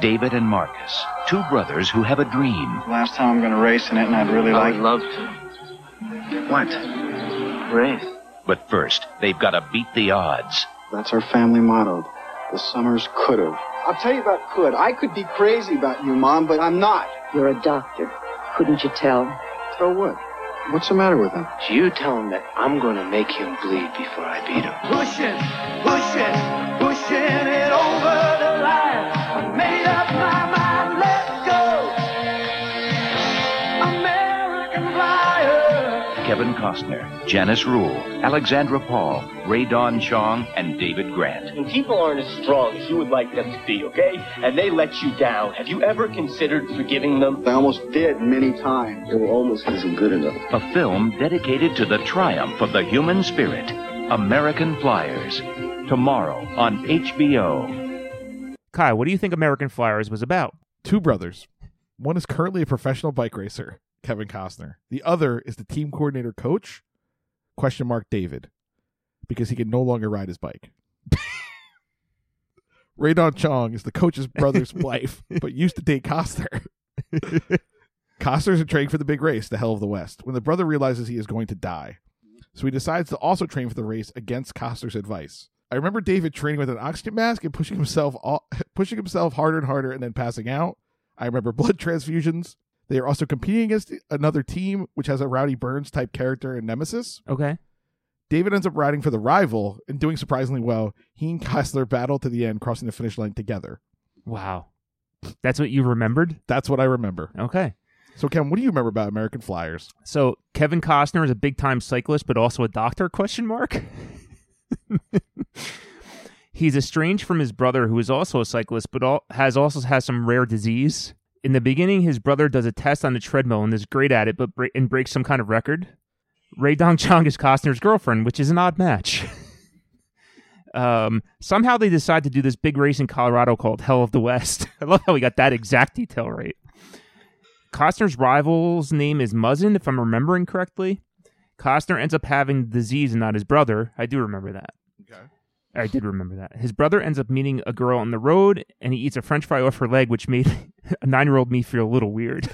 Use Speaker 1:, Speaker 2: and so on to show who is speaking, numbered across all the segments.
Speaker 1: David and Marcus, two brothers who have a dream.
Speaker 2: Last time I'm going to race in it, and I'd really like.
Speaker 3: I'd love to.
Speaker 2: What?
Speaker 3: Race.
Speaker 1: But first, they've got to beat the odds.
Speaker 2: That's our family motto. The Summers could have.
Speaker 4: I'll tell you about could. I could be crazy about you, Mom, but I'm not.
Speaker 5: You're a doctor. Couldn't you tell?
Speaker 2: Tell what? What's the matter with him?
Speaker 3: You tell him that I'm going to make him bleed before I beat him.
Speaker 6: Pushing, pushing, pushing it over the line. I made up my mind, let go. American flyer.
Speaker 1: Kevin Costner, Janice Rule, Alexandra Paul, Ray Don Chong, and David Grant.
Speaker 7: When people aren't as strong as you would like them to be, okay? And they let you down, have you ever considered forgiving them?
Speaker 4: I almost did many times.
Speaker 3: It almost isn't good enough.
Speaker 1: A film dedicated to the triumph of the human spirit. American Flyers. Tomorrow on HBO.
Speaker 8: Kai, what do you think American Flyers was about?
Speaker 9: Two brothers. One is currently a professional bike racer, Kevin Costner. The other is the team coordinator coach, question mark David, because he can no longer ride his bike. Radon Chong is the coach's brother's wife, but used to date Costner. Costner's in training for the big race, the Hell of the West, when the brother realizes he is going to die. So he decides to also train for the race against Costner's advice. I remember David training with an oxygen mask and pushing himself all, pushing himself harder and harder and then passing out. I remember blood transfusions. They are also competing against another team which has a Rowdy Burns type character and nemesis.
Speaker 8: Okay.
Speaker 9: David ends up riding for the rival and doing surprisingly well. He and Costner battle to the end, crossing the finish line together.
Speaker 8: Wow. That's what you remembered?
Speaker 9: That's what I remember.
Speaker 8: Okay.
Speaker 9: So, Ken, what do you remember about American Flyers?
Speaker 8: So Kevin Costner is a big time cyclist, but also a doctor? Question mark. He's estranged from his brother, who is also a cyclist, but all, has also has some rare disease. In the beginning, his brother does a test on the treadmill and is great at it, but bre- and breaks some kind of record. Ray Dong Chong is Costner's girlfriend, which is an odd match. um, somehow they decide to do this big race in Colorado called Hell of the West. I love how we got that exact detail right. Costner's rival's name is Muzzin, if I'm remembering correctly. Costner ends up having the disease and not his brother. I do remember that.
Speaker 9: Okay.
Speaker 8: I did remember that. His brother ends up meeting a girl on the road and he eats a french fry off her leg, which made a nine year old me feel a little weird.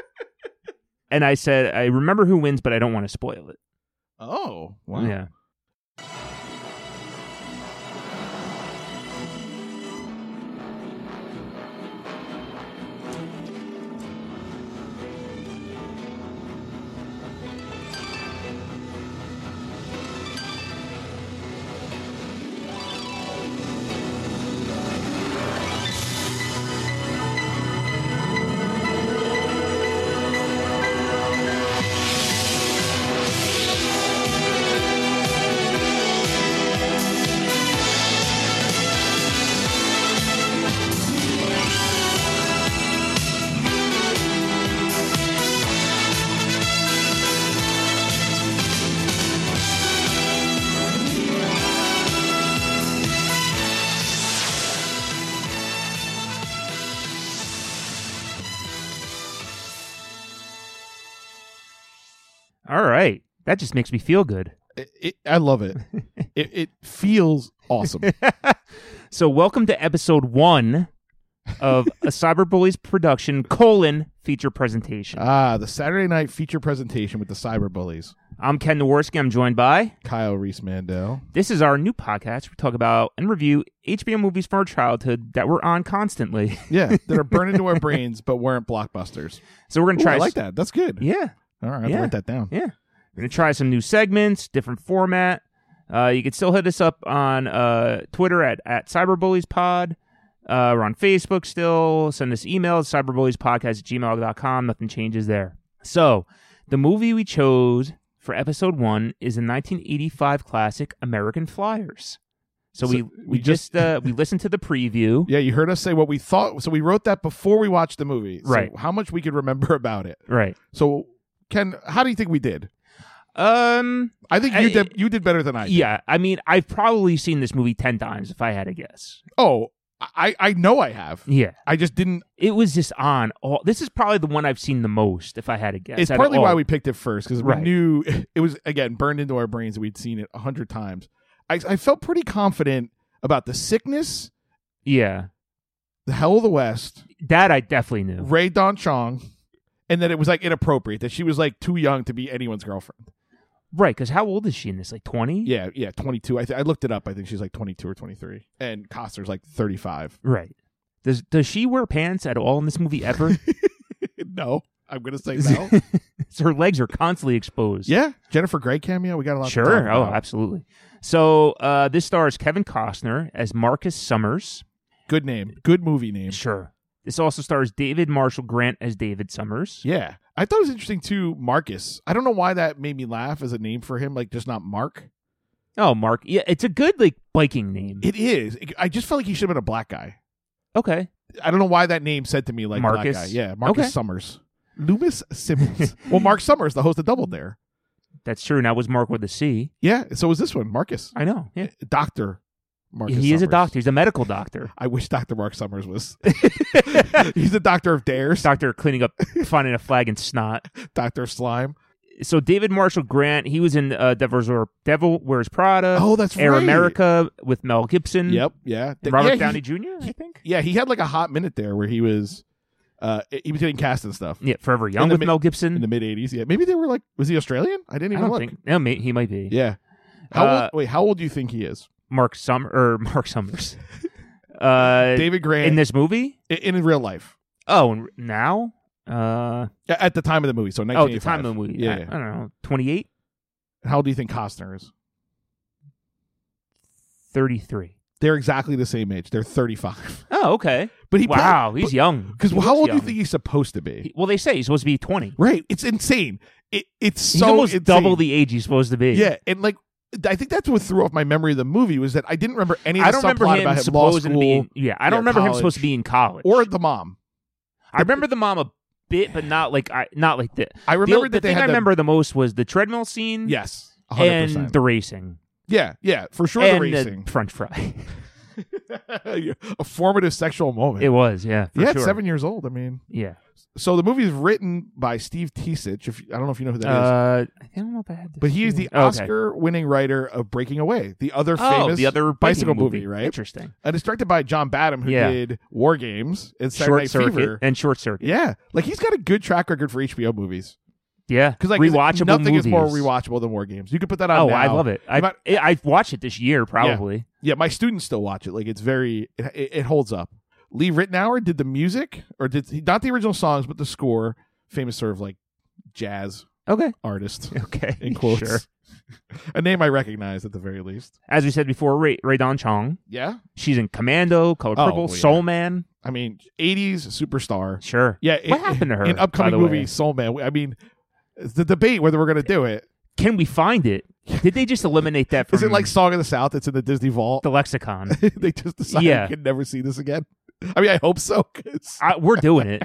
Speaker 8: and I said, I remember who wins, but I don't want to spoil it.
Speaker 9: Oh, wow.
Speaker 8: Yeah. All right. That just makes me feel good.
Speaker 9: It, it, I love it. it. It feels awesome.
Speaker 8: so welcome to episode one of a Cyberbullies production colon feature presentation.
Speaker 9: ah, the Saturday night feature presentation with the cyber bullies.
Speaker 8: I'm Ken Jaworski. I'm joined by
Speaker 9: Kyle Reese Mandel.
Speaker 8: This is our new podcast. We talk about and review HBO movies from our childhood that we're on constantly.
Speaker 9: Yeah, that are burned into our brains but weren't blockbusters.
Speaker 8: So we're gonna
Speaker 9: Ooh,
Speaker 8: try.
Speaker 9: I like
Speaker 8: s-
Speaker 9: that. That's good.
Speaker 8: Yeah,
Speaker 9: All right, I have
Speaker 8: Yeah.
Speaker 9: to write that down.
Speaker 8: yeah. We're gonna try some new segments, different format. Uh, you can still hit us up on uh, Twitter at at CyberBulliesPod. Uh, we're on Facebook still. Send us emails cyberbulliespodcast at gmail.com. Nothing changes there. So the movie we chose for episode one is the 1985 classic American Flyers. So,
Speaker 9: So
Speaker 8: we we,
Speaker 9: we
Speaker 8: just, uh, we listened to the preview.
Speaker 9: Yeah, you heard us say what we thought. So we wrote that before we watched the movie. So
Speaker 8: Right.
Speaker 9: How much we could remember about it.
Speaker 8: Right.
Speaker 9: So, Ken, how do you think we did?
Speaker 8: Um.
Speaker 9: I think you
Speaker 8: I-
Speaker 9: did. You did better than I. Did.
Speaker 8: yeah. I mean, I've probably seen this movie ten times if I had to guess.
Speaker 9: Oh, I I know I have.
Speaker 8: Yeah.
Speaker 9: I just didn't.
Speaker 8: It was just on all. This is probably the one I've seen the most if I had to guess.
Speaker 9: it's
Speaker 8: out of
Speaker 9: partly why
Speaker 8: all.
Speaker 9: we picked it first because
Speaker 8: Right.
Speaker 9: we knew it was again burned into our brains. that We'd seen it a hundred times. I I felt pretty confident about the sickness,
Speaker 8: Yeah.
Speaker 9: the Hell of the West,
Speaker 8: That I definitely knew.
Speaker 9: Ray Don Chong, and that it was like inappropriate that she was like too young to be anyone's girlfriend.
Speaker 8: Right, because how old is she in this? Like 20?
Speaker 9: Yeah, yeah, 22. I, th- I looked it up. I think she's like 22 or 23, and Costner's like 35.
Speaker 8: Right. Does does she wear pants at all in this movie ever?
Speaker 9: no, I'm gonna say no.
Speaker 8: So her legs are constantly exposed.
Speaker 9: yeah, Jennifer Grey cameo. We got a lot. to talk
Speaker 8: Sure. Oh,
Speaker 9: about.
Speaker 8: absolutely. So uh, this stars Kevin Costner as Marcus Summers.
Speaker 9: good name, good movie name.
Speaker 8: Sure. This also stars David Marshall Grant as David Summers.
Speaker 9: Yeah, I thought it was interesting too. Marcus. I don't know why that made me laugh as a name for him. Like just not Mark.
Speaker 8: Oh, Mark. Yeah, it's a good like biking name.
Speaker 9: It is. It- I just felt like he should have been a black guy.
Speaker 8: okay.
Speaker 9: I don't know why that name said to me like
Speaker 8: Marcus?
Speaker 9: Black guy. Yeah, Marcus
Speaker 8: Okay.
Speaker 9: Summers. Loomis Simmons. well, Mark Summers, the host of Double Dare.
Speaker 8: That's true. Now was Mark with a C.
Speaker 9: Yeah, so was this one, Marcus.
Speaker 8: I know. Yeah.
Speaker 9: Doctor Marcus.
Speaker 8: he is a
Speaker 9: Summers.
Speaker 8: doctor. He's a medical doctor.
Speaker 9: I wish Dr. Mark Summers was. He's the doctor of dares,
Speaker 8: Doctor cleaning up, finding a flag and snot.
Speaker 9: Dr. Slime.
Speaker 8: So David Marshall Grant, he was in uh, Devil's or Devil Wears Prada.
Speaker 9: Oh, that's
Speaker 8: Air
Speaker 9: right.
Speaker 8: America with Mel Gibson.
Speaker 9: Yep, yeah.
Speaker 8: Mm.
Speaker 9: Th-
Speaker 8: Robert
Speaker 9: yeah, he-
Speaker 8: Downey Jr. I think.
Speaker 9: Yeah, he had like a hot minute there where he was uh he was getting cast and stuff
Speaker 8: Yeah, Forever Young
Speaker 9: the
Speaker 8: with
Speaker 9: mi-
Speaker 8: Mel
Speaker 9: in
Speaker 8: Gibson.
Speaker 9: the mid 80s. Yeah. Maybe they were like was he Australian? I
Speaker 8: Hmm.
Speaker 9: didn't
Speaker 8: I
Speaker 9: even
Speaker 8: don't
Speaker 9: look.
Speaker 8: think. No, may, he might be.
Speaker 9: Yeah. How
Speaker 8: Uh,
Speaker 9: old, wait, how old do you think he is?
Speaker 8: Mark Summer or Mark Summers. uh,
Speaker 9: David Grant
Speaker 8: in this movie.
Speaker 9: i- in real life.
Speaker 8: Oh, and now. Uh,
Speaker 9: A- At the time of the movie, so
Speaker 8: oh, the
Speaker 9: 1985.
Speaker 8: time of the movie.
Speaker 9: Yeah,
Speaker 8: I,
Speaker 9: yeah.
Speaker 8: I don't know. 28,
Speaker 9: How old do you think Costner is?
Speaker 8: 33.
Speaker 9: They're exactly the same age. They're 35.
Speaker 8: Oh, okay.
Speaker 9: But he
Speaker 8: wow, he's young.
Speaker 9: Because
Speaker 8: He
Speaker 9: how
Speaker 8: looks
Speaker 9: old do
Speaker 8: young.
Speaker 9: you think he's supposed to be?
Speaker 8: He- well, they say he's supposed to be 20.
Speaker 9: right. It's insane. It, it's
Speaker 8: He's
Speaker 9: so
Speaker 8: almost
Speaker 9: insane.
Speaker 8: double the age he's supposed to be.
Speaker 9: Yeah, and like I think that's what threw off my memory of the movie was that I didn't remember any of the
Speaker 8: I don't remember
Speaker 9: subplot
Speaker 8: him
Speaker 9: about him law
Speaker 8: supposed
Speaker 9: school
Speaker 8: to be. In, yeah, I
Speaker 9: yeah,
Speaker 8: don't remember him
Speaker 9: college.
Speaker 8: supposed to be in college.
Speaker 9: or the mom.
Speaker 8: I remember the mom a bit, but not like I not like that.
Speaker 9: I remember
Speaker 8: the,
Speaker 9: that they
Speaker 8: thing
Speaker 9: had
Speaker 8: I
Speaker 9: the-
Speaker 8: remember the most was the treadmill scene.
Speaker 9: Yes, 100%.
Speaker 8: and the racing
Speaker 9: yeah, yeah, for sure
Speaker 8: and
Speaker 9: the racing.
Speaker 8: French fry.
Speaker 9: a formative sexual moment.
Speaker 8: it was yeah, for
Speaker 9: yeah, at
Speaker 8: sure.
Speaker 9: seven years old. I mean,
Speaker 8: yeah.
Speaker 9: so the movie is written by Steve Tisich. If I don't know if you know who that is,
Speaker 8: Uh, I don't know if I had this.
Speaker 9: but he is the
Speaker 8: here. Oh, okay.
Speaker 9: Oscar-winning writer of Breaking Away, the other
Speaker 8: Oh,
Speaker 9: famous
Speaker 8: the other
Speaker 9: bicycle
Speaker 8: biking
Speaker 9: movie, right?
Speaker 8: Interesting.
Speaker 9: And it's directed by John Badham, who
Speaker 8: Yeah.
Speaker 9: did War Games and Saturday
Speaker 8: Short
Speaker 9: Night
Speaker 8: circuit
Speaker 9: Fever.
Speaker 8: and short circuit.
Speaker 9: yeah, like he's got a good track record for HBO movies.
Speaker 8: Yeah,
Speaker 9: Because like
Speaker 8: rewatchable
Speaker 9: nothing
Speaker 8: movies.
Speaker 9: is more rewatchable than War Games. You could put that on.
Speaker 8: Oh,
Speaker 9: now.
Speaker 8: I love it. I
Speaker 9: might-
Speaker 8: I- I've watched it this year probably.
Speaker 9: Yeah, my students still watch it. Like it's very, it, it it holds up. Lee Ritenour did the music, or did he, not the original songs, but the score. Famous sort of like jazz
Speaker 8: Okay.
Speaker 9: artist
Speaker 8: Okay.
Speaker 9: in quotes.
Speaker 8: Sure.
Speaker 9: a name I recognize at the very least.
Speaker 8: As we said before, Ray, Ray Don Chong.
Speaker 9: Yeah,
Speaker 8: She's in Commando, Color
Speaker 9: Oh,
Speaker 8: Purple,
Speaker 9: well, yeah.
Speaker 8: Soul Man.
Speaker 9: I mean, '80s superstar.
Speaker 8: Sure.
Speaker 9: Yeah,
Speaker 8: What
Speaker 9: in-
Speaker 8: happened to her?
Speaker 9: in upcoming
Speaker 8: by the way?
Speaker 9: movie Soul Man? I mean, it's the debate whether we're going to do it.
Speaker 8: Can we find it? Did they just eliminate that from
Speaker 9: Is it like Song of the South? It's in the Disney vault.
Speaker 8: the lexicon?
Speaker 9: they just decided
Speaker 8: Yeah.
Speaker 9: we can never see this again. I mean, I hope so. 'cause
Speaker 8: I, we're doing it.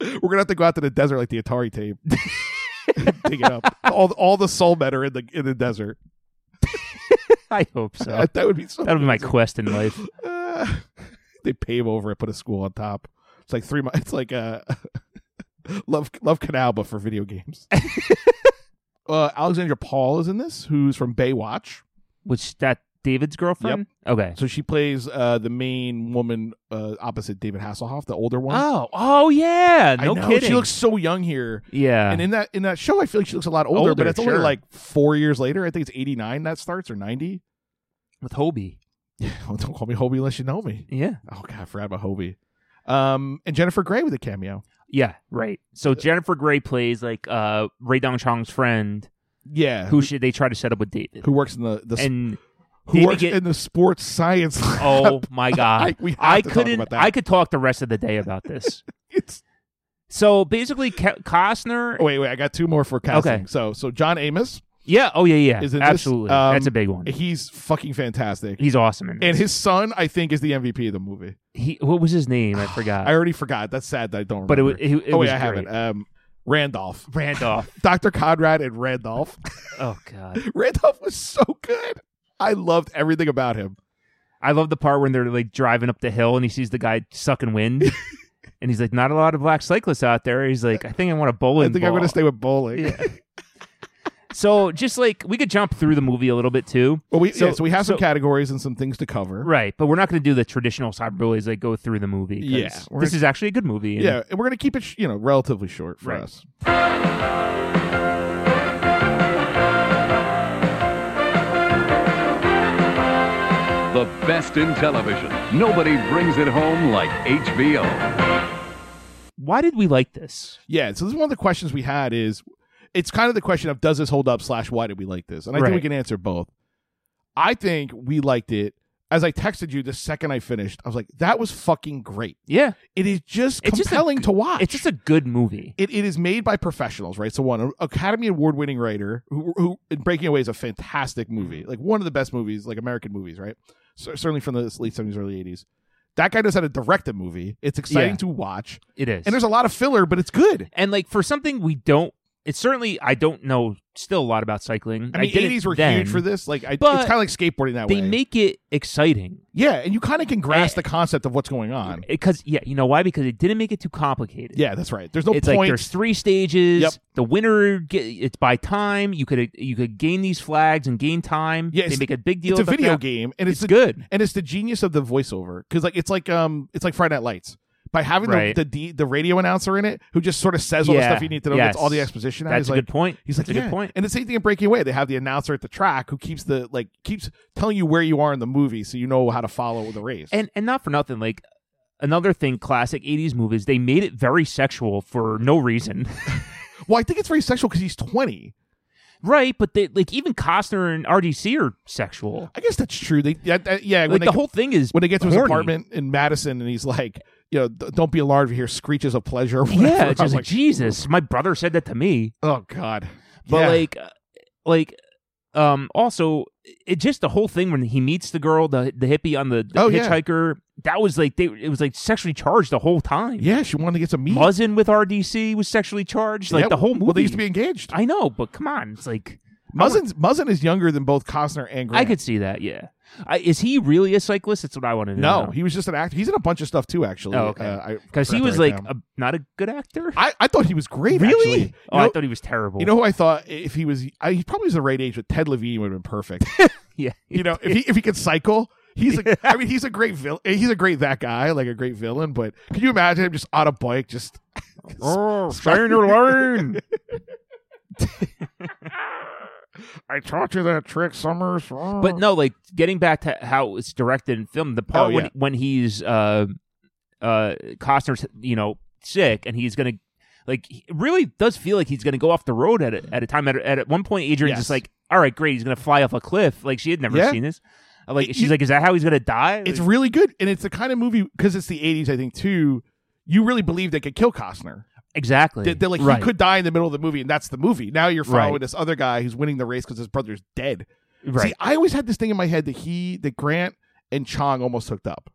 Speaker 9: we're gonna have to go out to the desert like the Atari tape, dig it up. All all the soul men are in the in the desert.
Speaker 8: I hope so.
Speaker 9: That, that would be so.
Speaker 8: That'll be my
Speaker 9: amazing.
Speaker 8: quest in life.
Speaker 9: Uh, they pave over it, put a school on top. It's like three. mi- It's like uh, love love canal, but for video games. uh, Alexandra Paul is in this, who's from Baywatch.
Speaker 8: Which that David's girlfriend? Okay.
Speaker 9: So she plays uh, the main woman uh, opposite David Hasselhoff, the older one.
Speaker 8: Oh, oh yeah.
Speaker 9: I
Speaker 8: No
Speaker 9: know,
Speaker 8: kidding.
Speaker 9: She looks so young here.
Speaker 8: yeah.
Speaker 9: and in that in that show, I feel like she looks a lot older, but
Speaker 8: Older,
Speaker 9: it's only
Speaker 8: sure.
Speaker 9: like four years later. I think it's eighty nine that starts or ninety.
Speaker 8: with Hobie.
Speaker 9: Well, don't call me Hobie unless you know me.
Speaker 8: Yeah.
Speaker 9: Oh god, I forgot about Hobie. Um, and Jennifer Grey with a cameo.
Speaker 8: Yeah. Right.
Speaker 9: Uh,
Speaker 8: So Jennifer Grey plays like uh Ray Dong Chong's friend
Speaker 9: Yeah,
Speaker 8: who should they try to set up with David.
Speaker 9: who works in the the sp-
Speaker 8: and
Speaker 9: who
Speaker 8: David
Speaker 9: works
Speaker 8: get-
Speaker 9: in the sports science.
Speaker 8: oh my god.
Speaker 9: we have
Speaker 8: I
Speaker 9: to talk
Speaker 8: couldn't
Speaker 9: about that.
Speaker 8: I could talk the rest of the day about this.
Speaker 9: It's-
Speaker 8: so basically Ke- Costner
Speaker 9: Oh, wait, wait, I got two more for casting.
Speaker 8: Okay.
Speaker 9: So so John Amos,
Speaker 8: Yeah. Oh, yeah, yeah.
Speaker 9: Is it this-
Speaker 8: Absolutely.
Speaker 9: um,
Speaker 8: That's a big one.
Speaker 9: he's fucking fantastic.
Speaker 8: He's awesome. In
Speaker 9: and
Speaker 8: this.
Speaker 9: his son, I think, is the MVP of the movie.
Speaker 8: he, what was his name? I forgot.
Speaker 9: I already forgot. That's sad that I don't. Remember.
Speaker 8: Uh, but it, wa- it, it
Speaker 9: oh
Speaker 8: was
Speaker 9: wait, I have
Speaker 8: great.
Speaker 9: it. Um, Randolph,
Speaker 8: Randolph.
Speaker 9: Doctor Conrad, and Randolph.
Speaker 8: oh God.
Speaker 9: Randolph was so good. I loved everything about him.
Speaker 8: I love the part when they're like driving up the hill and he sees the guy sucking wind, and he's like, "Not a lot of black cyclists out there." He's like, "I think I want a bowling."
Speaker 9: I think
Speaker 8: ball.
Speaker 9: I'm going to stay with bowling.
Speaker 8: Yeah. So just like we could jump through the movie a little bit too.
Speaker 9: Well, we
Speaker 8: So-
Speaker 9: yeah, so we have some
Speaker 8: so-
Speaker 9: categories and some things to cover.
Speaker 8: Right, but we're not going to do the traditional cyberbullies that go through the movie. 'cause
Speaker 9: Yeah, we're
Speaker 8: this
Speaker 9: gonna-
Speaker 8: is actually a good movie. and-
Speaker 9: Yeah, and we're gonna keep it, sh- you know, relatively short for
Speaker 8: Right.
Speaker 9: us.
Speaker 10: The best in television. Nobody brings it home like HBO.
Speaker 8: Why did we like this?
Speaker 9: Yeah, so this is one of the questions we had is it's kind of the question of does this hold up slash why did we like this? And I think we
Speaker 8: Right.
Speaker 9: can answer both. I think we liked it. As I texted you the second I finished, I was like, that was fucking great.
Speaker 8: Yeah,
Speaker 9: It is just
Speaker 8: It's just a
Speaker 9: compelling
Speaker 8: g-
Speaker 9: to watch.
Speaker 8: it's just a good movie.
Speaker 9: it, it is made by professionals, right? So one an Academy Award winning writer who, who in Breaking Away is a fantastic
Speaker 8: Mm-hmm.
Speaker 9: movie, like one of the best movies, like American movies, right? So, certainly from the late seventies, early eighties. That guy knows how to direct a movie. It's exciting
Speaker 8: Yeah.
Speaker 9: to watch,
Speaker 8: It is,
Speaker 9: and there's a lot of filler, but it's good.
Speaker 8: and like for something we don't. It's certainly I don't know still a lot about cycling.
Speaker 9: I mean,
Speaker 8: didn't
Speaker 9: eighties were
Speaker 8: then.
Speaker 9: huge for this. Like, I, it's
Speaker 8: But
Speaker 9: kind of like skateboarding that
Speaker 8: They Eh.
Speaker 9: way.
Speaker 8: make it exciting
Speaker 9: yeah, and you kind of can grasp the concept of what's going on.
Speaker 8: because yeah, you know why? Because it didn't make it too complicated.
Speaker 9: Yeah, that's right. There's no
Speaker 8: it's
Speaker 9: point.
Speaker 8: like there's three stages.
Speaker 9: Yep.
Speaker 8: The winner, ge- it's by time. You could you could gain these flags and gain time.
Speaker 9: Yeah,
Speaker 8: they
Speaker 9: it's-
Speaker 8: make a big deal.
Speaker 9: it's a
Speaker 8: about
Speaker 9: video
Speaker 8: that.
Speaker 9: game, and
Speaker 8: It's
Speaker 9: it's, the-
Speaker 8: good.
Speaker 9: and it's the genius of the voiceover because like it's like um it's like Friday Night Lights by having
Speaker 8: Right.
Speaker 9: the, the D- the radio announcer in it who just sort of says all the
Speaker 8: Yeah,
Speaker 9: stuff you need to know,
Speaker 8: yes.
Speaker 9: gets all the exposition. out.
Speaker 8: That's
Speaker 9: he's
Speaker 8: a
Speaker 9: like,
Speaker 8: good point.
Speaker 9: He's like,
Speaker 8: That's a
Speaker 9: "Yeah."
Speaker 8: good point.
Speaker 9: and the same thing in Breaking Away. They have the announcer at the track who keeps the like keeps telling you where you are in the movie, so you know how to follow the race.
Speaker 8: and and not for nothing like another thing classic 80s movies they made it very sexual for no reason
Speaker 9: well, I think it's very sexual because he's twenty.
Speaker 8: right but they like even costner and rdc are sexual
Speaker 9: I guess that's true. They yeah, that- yeah when
Speaker 8: like
Speaker 9: they
Speaker 8: the whole thing is
Speaker 9: when they get to his
Speaker 8: horny.
Speaker 9: apartment in Madison, and he's like, you know, "D- don't be alarmed if you hear screeches of pleasure. Or whatever.
Speaker 8: yeah
Speaker 9: I
Speaker 8: it's just
Speaker 9: was
Speaker 8: like, jesus my brother said that to me
Speaker 9: oh god.
Speaker 8: but
Speaker 9: Yeah.
Speaker 8: like uh, like um also it just the whole thing when he meets the girl the the hippie on the, the
Speaker 9: Oh, yeah.
Speaker 8: hitchhiker that was like they it was like sexually charged the whole time
Speaker 9: yeah, she wanted to get some meat.
Speaker 8: Muzzin with RDC was sexually charged, like
Speaker 9: Yeah,
Speaker 8: the whole movie.
Speaker 9: Well, they used to be engaged.
Speaker 8: I know, but come on, it's like
Speaker 9: Muzzin's, Muzzin is younger than both Costner and Grant.
Speaker 8: I could see that. Yeah. I, is he really a cyclist? That's what I wanted to
Speaker 9: No,
Speaker 8: know.
Speaker 9: he was just an actor. He's in a bunch of stuff too, actually.
Speaker 8: Oh, okay.
Speaker 9: Uh, I
Speaker 8: Because he
Speaker 9: forgot to
Speaker 8: was
Speaker 9: write
Speaker 8: like
Speaker 9: down.
Speaker 8: a, not a good actor.
Speaker 9: I, I thought he was great.
Speaker 8: really?
Speaker 9: Actually. You
Speaker 8: Oh,
Speaker 9: know,
Speaker 8: I thought he was terrible.
Speaker 9: you know who I thought if he was, I, he probably was the right age. But Ted Levine would have been perfect.
Speaker 8: yeah.
Speaker 9: you know, if he if he could cycle, he's a, I mean, he's a great villain. He's a great that guy, like a great villain. But can you imagine him just on a bike, just
Speaker 8: oh, stay in your lane.
Speaker 9: I taught you that trick, Summers.
Speaker 8: But no, like getting back to how it's directed and filmed, the part
Speaker 9: Oh,
Speaker 8: when
Speaker 9: yeah.
Speaker 8: when he's uh uh Costner's you know sick and he's gonna like he really does feel like he's gonna go off the road at a, at a time at, a- at one point Adrian's
Speaker 9: Yes.
Speaker 8: just like all right great he's gonna fly off a cliff like she had never
Speaker 9: Yeah.
Speaker 8: seen this I'm like
Speaker 9: It-
Speaker 8: she's
Speaker 9: you-
Speaker 8: like is that how he's gonna die
Speaker 9: it's
Speaker 8: Like,
Speaker 9: really good, and it's the kind of movie because it's the '80s, I think, too. You really believe they could kill Costner.
Speaker 8: exactly
Speaker 9: That, that, like
Speaker 8: Right.
Speaker 9: he could die in the middle of the movie, and that's the movie. Now you're following
Speaker 8: Right.
Speaker 9: this other guy who's winning the race because his brother's dead.
Speaker 8: right
Speaker 9: See, I always had this thing in my head that he, that Grant and Chong almost hooked up.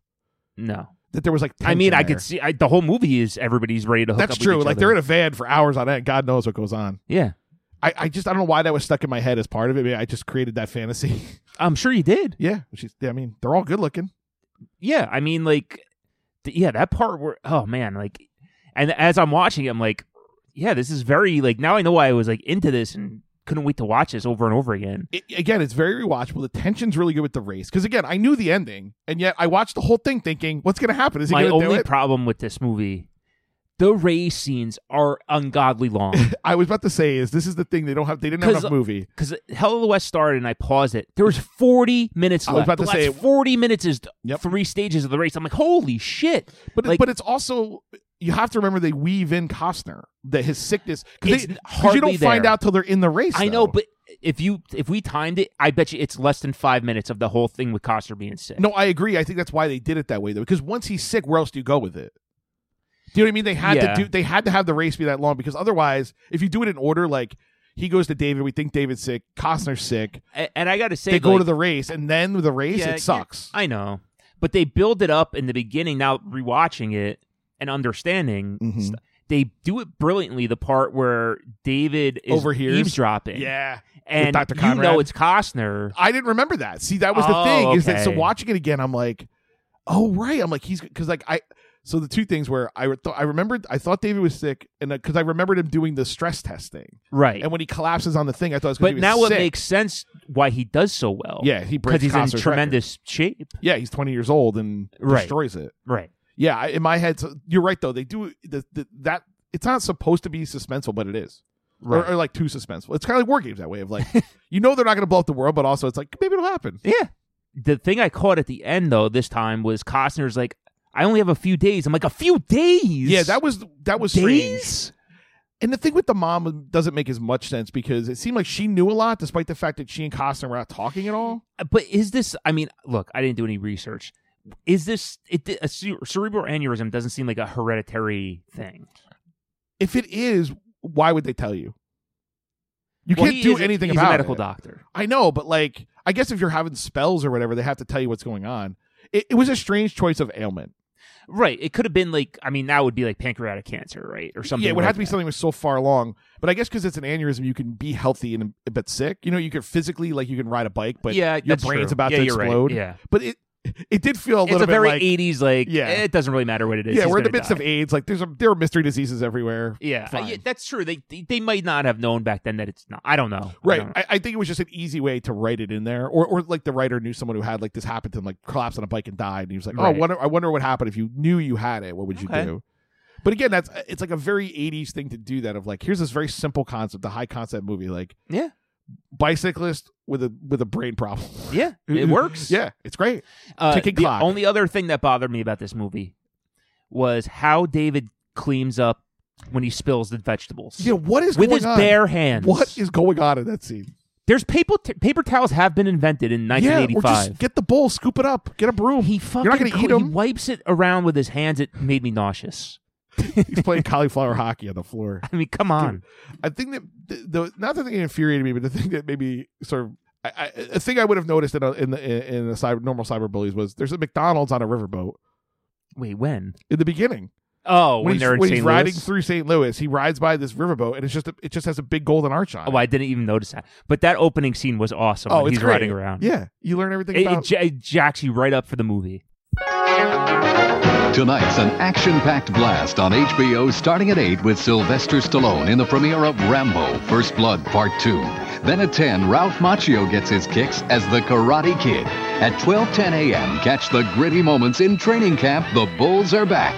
Speaker 8: no
Speaker 9: That there was like,
Speaker 8: I mean
Speaker 9: tension
Speaker 8: I
Speaker 9: there.
Speaker 8: could see I, the whole movie is everybody's ready to hook
Speaker 9: That's
Speaker 8: up with
Speaker 9: true.
Speaker 8: each
Speaker 9: Like
Speaker 8: other.
Speaker 9: they're in a van for hours on end. God knows what goes on.
Speaker 8: yeah
Speaker 9: I, I just I don't know why that was stuck in my head as part of it. Maybe I just created that fantasy.
Speaker 8: I'm sure you did
Speaker 9: yeah, she's. I mean, they're all good looking.
Speaker 8: yeah i mean like th- yeah that part where oh man like and as i'm watching it, i'm like yeah this is very like now i know why i was like into this and couldn't wait to watch this over and over again
Speaker 9: It, again, it's very rewatchable. The tension's really good with the race because again, I knew the ending, and yet I watched the whole thing thinking, "What's going to happen? Is he
Speaker 8: my
Speaker 9: going to do
Speaker 8: only
Speaker 9: it?"
Speaker 8: problem with this movie the race scenes are ungodly long
Speaker 9: I was about to say is this is the thing they don't have. They didn't have
Speaker 8: 'Cause-
Speaker 9: enough movie.
Speaker 8: because hell of the west started and i paused it there was 40 minutes
Speaker 9: I
Speaker 8: left
Speaker 9: was about
Speaker 8: The
Speaker 9: to
Speaker 8: last
Speaker 9: say-
Speaker 8: 40 minutes is th-
Speaker 9: Yep.
Speaker 8: three stages of the race i'm like holy shit
Speaker 9: But it,
Speaker 8: Like-
Speaker 9: but it's also you have to remember they weave in Costner that his sickness
Speaker 8: It's
Speaker 9: because they, 'cause you
Speaker 8: hardly
Speaker 9: don't find
Speaker 8: there.
Speaker 9: out till they're in the race.
Speaker 8: i know
Speaker 9: though.
Speaker 8: but if you if we timed it i bet you it's less than five minutes of the whole thing with costner being sick
Speaker 9: no, I agree. I think that's why they did it that way though, because once he's sick, where else do you go with it? Do you know what I mean? They had
Speaker 8: Yeah.
Speaker 9: to do. They had to have the race be that long because otherwise, if you do it in order, like he goes to David, we think David's sick, Costner's sick.
Speaker 8: A- and i gotta say
Speaker 9: They go
Speaker 8: like,
Speaker 9: to the race, and then with the race,
Speaker 8: Yeah,
Speaker 9: it sucks.
Speaker 8: I know, but they build it up in the beginning. Now rewatching it and understanding,
Speaker 9: Mhm.
Speaker 8: st- they do it brilliantly. The part where David is
Speaker 9: Overhears?
Speaker 8: eavesdropping,
Speaker 9: yeah,
Speaker 8: and
Speaker 9: Dr.
Speaker 8: you
Speaker 9: Conrad?
Speaker 8: know it's Costner.
Speaker 9: I didn't remember that. See, that was the
Speaker 8: Oh,
Speaker 9: thing is that so
Speaker 8: okay.
Speaker 9: watching it again, I'm like, oh right. I'm like he's because like I So the two things where I thought I remembered I thought David was sick, and because I remembered him doing the stress test thing,
Speaker 8: Right.
Speaker 9: and when he collapses on the thing, I thought it was 'cause
Speaker 8: but
Speaker 9: he was
Speaker 8: now
Speaker 9: sick.
Speaker 8: it makes sense why he does so well.
Speaker 9: Yeah, he
Speaker 8: because
Speaker 9: breaks
Speaker 8: he's in
Speaker 9: Costner's
Speaker 8: tremendous shape.
Speaker 9: yeah he's twenty years old and
Speaker 8: Right.
Speaker 9: destroys it.
Speaker 8: Right.
Speaker 9: Yeah, I, in my head, so you're right though. They do the, the, that. It's not supposed to be suspenseful, but it is, Or-
Speaker 8: Right.
Speaker 9: or, like too suspenseful. It's kind of like war games that way of like, you know, they're not going to blow up the world, but also it's like maybe it'll happen.
Speaker 8: Yeah. The thing I caught at the end though this time was Costner's like, I only have a few days. I'm like, a few days.
Speaker 9: Yeah, that was that was strange.
Speaker 8: days.
Speaker 9: And the thing with the mom doesn't make as much sense because it seemed like she knew a lot, despite the fact that she and Costner were not talking at all.
Speaker 8: But is this? I mean, look, I didn't do any research. Is this it? A cere- cerebral aneurysm doesn't seem like a hereditary thing.
Speaker 9: If it is, why would they tell you? You
Speaker 8: Well,
Speaker 9: can't
Speaker 8: he
Speaker 9: do
Speaker 8: is a-
Speaker 9: anything
Speaker 8: he's
Speaker 9: about
Speaker 8: a medical
Speaker 9: it.
Speaker 8: doctor.
Speaker 9: I know, but like, I guess if you're having spells or whatever, they have to tell you what's going on. It, it was a strange choice of ailment.
Speaker 8: Right. It could have been like, I mean, that would be like pancreatic cancer, right? Or something.
Speaker 9: Yeah, it would
Speaker 8: like
Speaker 9: have to be
Speaker 8: that.
Speaker 9: something that's so far along. But I guess because it's an aneurysm, you can be healthy and a bit sick. You know, you can physically like you can ride a bike, but
Speaker 8: Yeah,
Speaker 9: your
Speaker 8: that's
Speaker 9: brain's
Speaker 8: true.
Speaker 9: about
Speaker 8: Yeah,
Speaker 9: to
Speaker 8: you're right.
Speaker 9: explode.
Speaker 8: Yeah.
Speaker 9: but it it did feel a little
Speaker 8: It's a
Speaker 9: bit
Speaker 8: very
Speaker 9: like
Speaker 8: 80s, like,
Speaker 9: Yeah.
Speaker 8: yeah. it doesn't really matter what it is.
Speaker 9: yeah,
Speaker 8: he's
Speaker 9: we're in the
Speaker 8: gonna
Speaker 9: midst of
Speaker 8: die.
Speaker 9: AIDS. Like there's a there are mystery diseases everywhere.
Speaker 8: Yeah, uh,
Speaker 9: Fine.
Speaker 8: yeah, that's true. They, they they might not have known back then that it's not. I don't know. I
Speaker 9: Right.
Speaker 8: don't know.
Speaker 9: I, I think it was just an easy way to write it in there, or or like the writer knew someone who had like this happened to him, like collapsed on a bike and died, and he was like, oh, I
Speaker 8: Right.
Speaker 9: wonder, I wonder what happened if you knew you had it. What would you
Speaker 8: Okay.
Speaker 9: do? But again, that's it's like a very '80s thing to do that of like here's this very simple concept, a high concept movie, like
Speaker 8: Yeah.
Speaker 9: bicyclist with a with a brain problem.
Speaker 8: Yeah, it works.
Speaker 9: yeah, it's great.
Speaker 8: Uh,
Speaker 9: Ticking
Speaker 8: the
Speaker 9: clock.
Speaker 8: only other thing that bothered me about this movie was how David cleans up when he spills the vegetables.
Speaker 9: Yeah, what is
Speaker 8: with
Speaker 9: going
Speaker 8: his
Speaker 9: on?
Speaker 8: bare hands.
Speaker 9: What is going on in that scene?
Speaker 8: There's paper t- paper towels have been invented in
Speaker 9: Yeah, or
Speaker 8: 1985.
Speaker 9: just get the bowl, scoop it up, get a broom.
Speaker 8: he fucking
Speaker 9: You're not going to
Speaker 8: cl-
Speaker 9: eat him.
Speaker 8: He wipes it around with his hands. It made me nauseous.
Speaker 9: He's playing cauliflower hockey on the floor.
Speaker 8: I mean, come on.
Speaker 9: I think that the, the not the thing that infuriated me, but the thing that maybe sort of I, I, a thing I would have noticed in a, in the in the cyber, normal cyber bullies was there's a McDonald's on a riverboat
Speaker 8: Wait, when?
Speaker 9: in the beginning
Speaker 8: Oh, when,
Speaker 9: he's,
Speaker 8: they're in
Speaker 9: when
Speaker 8: St.
Speaker 9: he's
Speaker 8: Louis?
Speaker 9: riding through St. Louis, he rides by this riverboat and it's just a, it just has a big golden arch on.
Speaker 8: Oh,
Speaker 9: it.
Speaker 8: I didn't even notice that. But that opening scene was awesome.
Speaker 9: oh
Speaker 8: when
Speaker 9: it's
Speaker 8: he's
Speaker 9: great.
Speaker 8: riding around.
Speaker 9: Yeah, you learn everything
Speaker 8: It, it,
Speaker 9: about.
Speaker 8: j- it jacks you right up for the movie.
Speaker 10: Tonight's an action-packed blast on HBO starting at 8 with Sylvester Stallone in the premiere of Rambo First Blood Part 2. Then at 10, Ralph Macchio gets his kicks as the Karate Kid. At 12:10 a.m., catch the gritty moments in training camp The Bulls Are Back.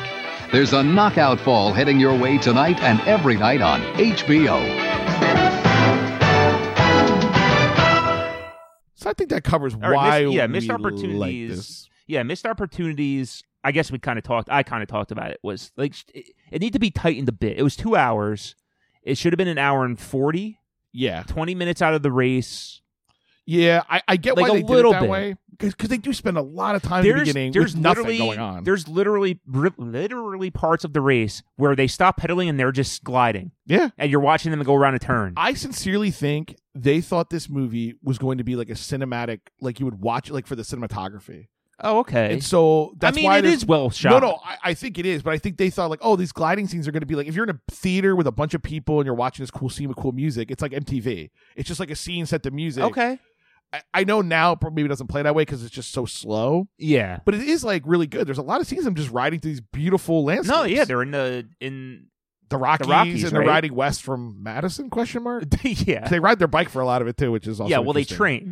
Speaker 10: There's a knockout fall heading your way tonight and every night on HBO.
Speaker 9: so I think that covers
Speaker 8: All right,
Speaker 9: why
Speaker 8: missed, yeah, missed
Speaker 9: we
Speaker 8: opportunities.
Speaker 9: like this.
Speaker 8: Yeah, missed opportunities. I guess we kind of talked. I kind of talked about it. Was like it, it needed to be tightened a bit. It was two hours. It should have been an hour and 40,
Speaker 9: Yeah,
Speaker 8: 20 minutes out of the race.
Speaker 9: yeah, I, I get
Speaker 8: Like
Speaker 9: why
Speaker 8: a
Speaker 9: they did it
Speaker 8: little
Speaker 9: that
Speaker 8: bit.
Speaker 9: way because they do spend a lot of time in the beginning.
Speaker 8: there's
Speaker 9: with nothing
Speaker 8: literally
Speaker 9: going on.
Speaker 8: There's literally ri- literally parts of the race where they stop pedaling and they're just gliding,
Speaker 9: Yeah,
Speaker 8: and you're watching them go around a turn.
Speaker 9: I sincerely think they thought this movie was going to be like a cinematic, like you would watch it like for the cinematography.
Speaker 8: oh, okay.
Speaker 9: And so
Speaker 8: I
Speaker 9: that's
Speaker 8: mean,
Speaker 9: why
Speaker 8: it
Speaker 9: there's-
Speaker 8: is well shot.
Speaker 9: No, no, I, I think it is, but I think they thought like, oh, these gliding scenes are going to be like if you're in a theater with a bunch of people and you're watching this cool scene with cool music, it's like MTV. It's just like a scene set to music.
Speaker 8: Okay.
Speaker 9: I, I know now it maybe doesn't play that way because it's just so slow,
Speaker 8: Yeah.
Speaker 9: but it is like really good. There's a lot of scenes of them just riding through these beautiful landscapes.
Speaker 8: No, yeah, they're in the in
Speaker 9: the Rockies,
Speaker 8: Rockies,
Speaker 9: and they're
Speaker 8: right?
Speaker 9: riding west from Madison? Question mark.
Speaker 8: yeah.
Speaker 9: They ride their bike for a lot of it too, which is also
Speaker 8: Yeah, well they
Speaker 9: interesting.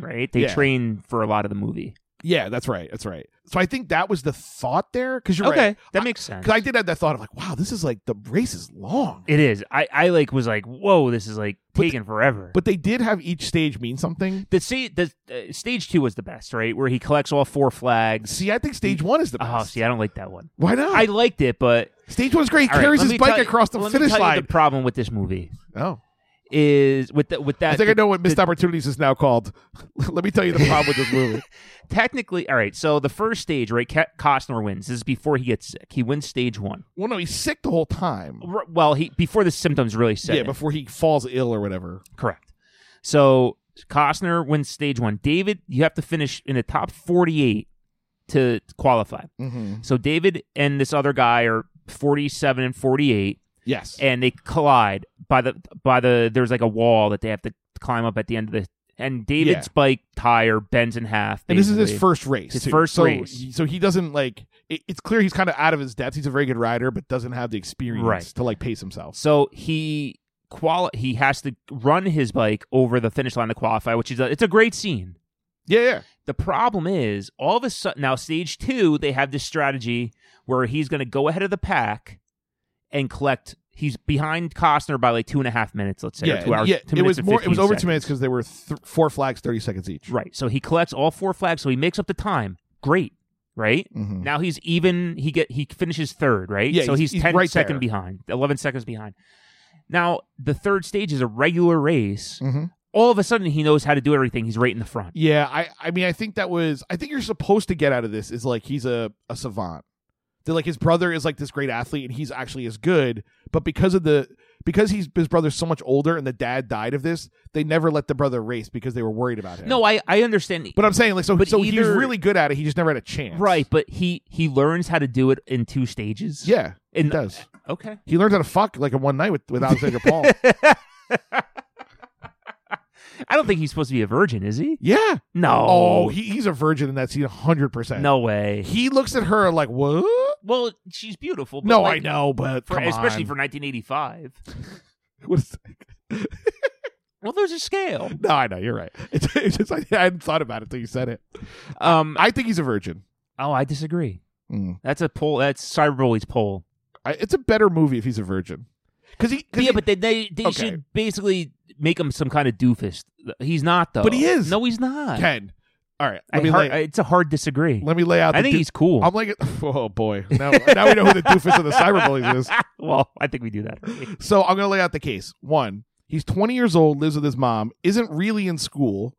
Speaker 8: train, right? They
Speaker 9: Yeah.
Speaker 8: train for a lot of the movie.
Speaker 9: Yeah, that's right. That's right. So I think that was the thought there because you're right.
Speaker 8: That makes sense.
Speaker 9: Because I did have that thought of like, wow, this is like the race is long,
Speaker 8: it is. I, I like was like, whoa, this is like
Speaker 9: But
Speaker 8: taking forever.
Speaker 9: but they did have each stage mean something.
Speaker 8: the see the uh, stage two was the best, right? Where he collects all four flags.
Speaker 9: See, I think stage one is the best.
Speaker 8: Oh, see, I don't like that one.
Speaker 9: Why not?
Speaker 8: I liked it, but
Speaker 9: stage one's great. He
Speaker 8: all right,
Speaker 9: carries
Speaker 8: let
Speaker 9: his
Speaker 8: me
Speaker 9: bike
Speaker 8: tell you-
Speaker 9: across the
Speaker 8: let me
Speaker 9: finish
Speaker 8: tell you
Speaker 9: line.
Speaker 8: the problem with this movie
Speaker 9: oh,
Speaker 8: is with the, with that.
Speaker 9: I think I
Speaker 8: the-
Speaker 9: know what missed
Speaker 8: the-
Speaker 9: opportunities is now called. Let me tell you the problem with this movie.
Speaker 8: Technically, all right. So the first stage, right? Ca- Costner wins. This is before he gets sick. He wins stage one.
Speaker 9: Well, no, he's sick the whole time.
Speaker 8: R- Well, he before the symptoms really set.
Speaker 9: Yeah,
Speaker 8: in.
Speaker 9: before he falls ill or whatever.
Speaker 8: Correct. So Costner wins stage one. David, you have to finish in the top 48 to qualify.
Speaker 9: Mm-hmm.
Speaker 8: So David and this other guy are 47 and 48,
Speaker 9: Yes.
Speaker 8: and they collide by the by the there's like a wall that they have to climb up at the end of the and David's
Speaker 9: Yeah.
Speaker 8: bike tire bends in half.
Speaker 9: And this is his
Speaker 8: basically.
Speaker 9: first race.
Speaker 8: His
Speaker 9: too.
Speaker 8: first
Speaker 9: so,
Speaker 8: race.
Speaker 9: So he doesn't like. It, it's clear he's kind of out of his depth. He's a very good rider, but doesn't have the experience
Speaker 8: Right.
Speaker 9: to like pace himself.
Speaker 8: So he quali- he has to run his bike over the finish line to qualify, which is a, it's a great scene.
Speaker 9: Yeah, yeah.
Speaker 8: The problem is, all of a sudden, now stage two, they have this strategy where he's going to go ahead of the pack and collect. He's behind Costner by like two and a half minutes, let's say, or
Speaker 9: yeah,
Speaker 8: two hours.
Speaker 9: yeah.
Speaker 8: two
Speaker 9: it
Speaker 8: minutes
Speaker 9: was
Speaker 8: and
Speaker 9: more. It was
Speaker 8: 15
Speaker 9: over two
Speaker 8: seconds.
Speaker 9: minutes because there were th- four flags, thirty seconds each.
Speaker 8: Right. So he collects all four flags, so he makes up the time. Great. Right.
Speaker 9: Mhm.
Speaker 8: Now he's even. He get he finishes third. Right.
Speaker 9: Yeah,
Speaker 8: So
Speaker 9: he's-
Speaker 8: he's,
Speaker 9: he's
Speaker 8: 10
Speaker 9: right
Speaker 8: second
Speaker 9: there.
Speaker 8: behind. Eleven seconds behind. Now the third stage is a regular race.
Speaker 9: Mhm.
Speaker 8: All of a sudden, he knows how to do everything. He's right in the front.
Speaker 9: Yeah, I I mean I think that was I think you're supposed to get out of this is like he's a a savant. That like his brother is like this great athlete and he's actually as good, but because of the because he's his brother's so much older and the dad died of this, they never let the brother race because they were worried about him.
Speaker 8: No, I I understand.
Speaker 9: But I'm saying like so
Speaker 8: But
Speaker 9: so he was
Speaker 8: either-
Speaker 9: really good at it, he just never had a chance.
Speaker 8: right, but he he learns how to do it in two stages.
Speaker 9: Yeah. It
Speaker 8: In-
Speaker 9: does.
Speaker 8: Okay.
Speaker 9: He learned how to fuck like in one night with, with Alexander Paul.
Speaker 8: I don't think he's supposed to be a virgin, is he?
Speaker 9: Yeah.
Speaker 8: No.
Speaker 9: Oh, he, he's a virgin in that scene hundred percent.
Speaker 8: No way.
Speaker 9: He looks at her like, what?
Speaker 8: Well, she's beautiful. But
Speaker 9: No,
Speaker 8: like,
Speaker 9: I know, but
Speaker 8: for-
Speaker 9: come
Speaker 8: especially for
Speaker 9: on.
Speaker 8: 1985.
Speaker 9: What is-
Speaker 8: Well, there's a scale.
Speaker 9: No, I know you're right. It's, it's just I, I hadn't thought about it till you said it.
Speaker 8: Um,
Speaker 9: I think he's a virgin.
Speaker 8: oh, I disagree.
Speaker 9: Mm.
Speaker 8: That's a poll. That's Cyberbully's poll.
Speaker 9: I, it's a better movie if he's a virgin, because he. 'cause
Speaker 8: Yeah,
Speaker 9: he-
Speaker 8: but they they, they
Speaker 9: Okay.
Speaker 8: should basically make him some kind of doofus. He's not though.
Speaker 9: But he is.
Speaker 8: No, he's not.
Speaker 9: Ken. All right,
Speaker 8: I
Speaker 9: let me
Speaker 8: hard-
Speaker 9: lay,
Speaker 8: it's a hard disagree.
Speaker 9: let me lay out.
Speaker 8: I
Speaker 9: the
Speaker 8: think
Speaker 9: doo-
Speaker 8: he's cool.
Speaker 9: I'm like, oh boy, now now we know who the doofus of the cyberbullies is.
Speaker 8: well, I think we do that. already.
Speaker 9: So I'm gonna lay out the case. One, he's 20 years old, lives with his mom, isn't really in school,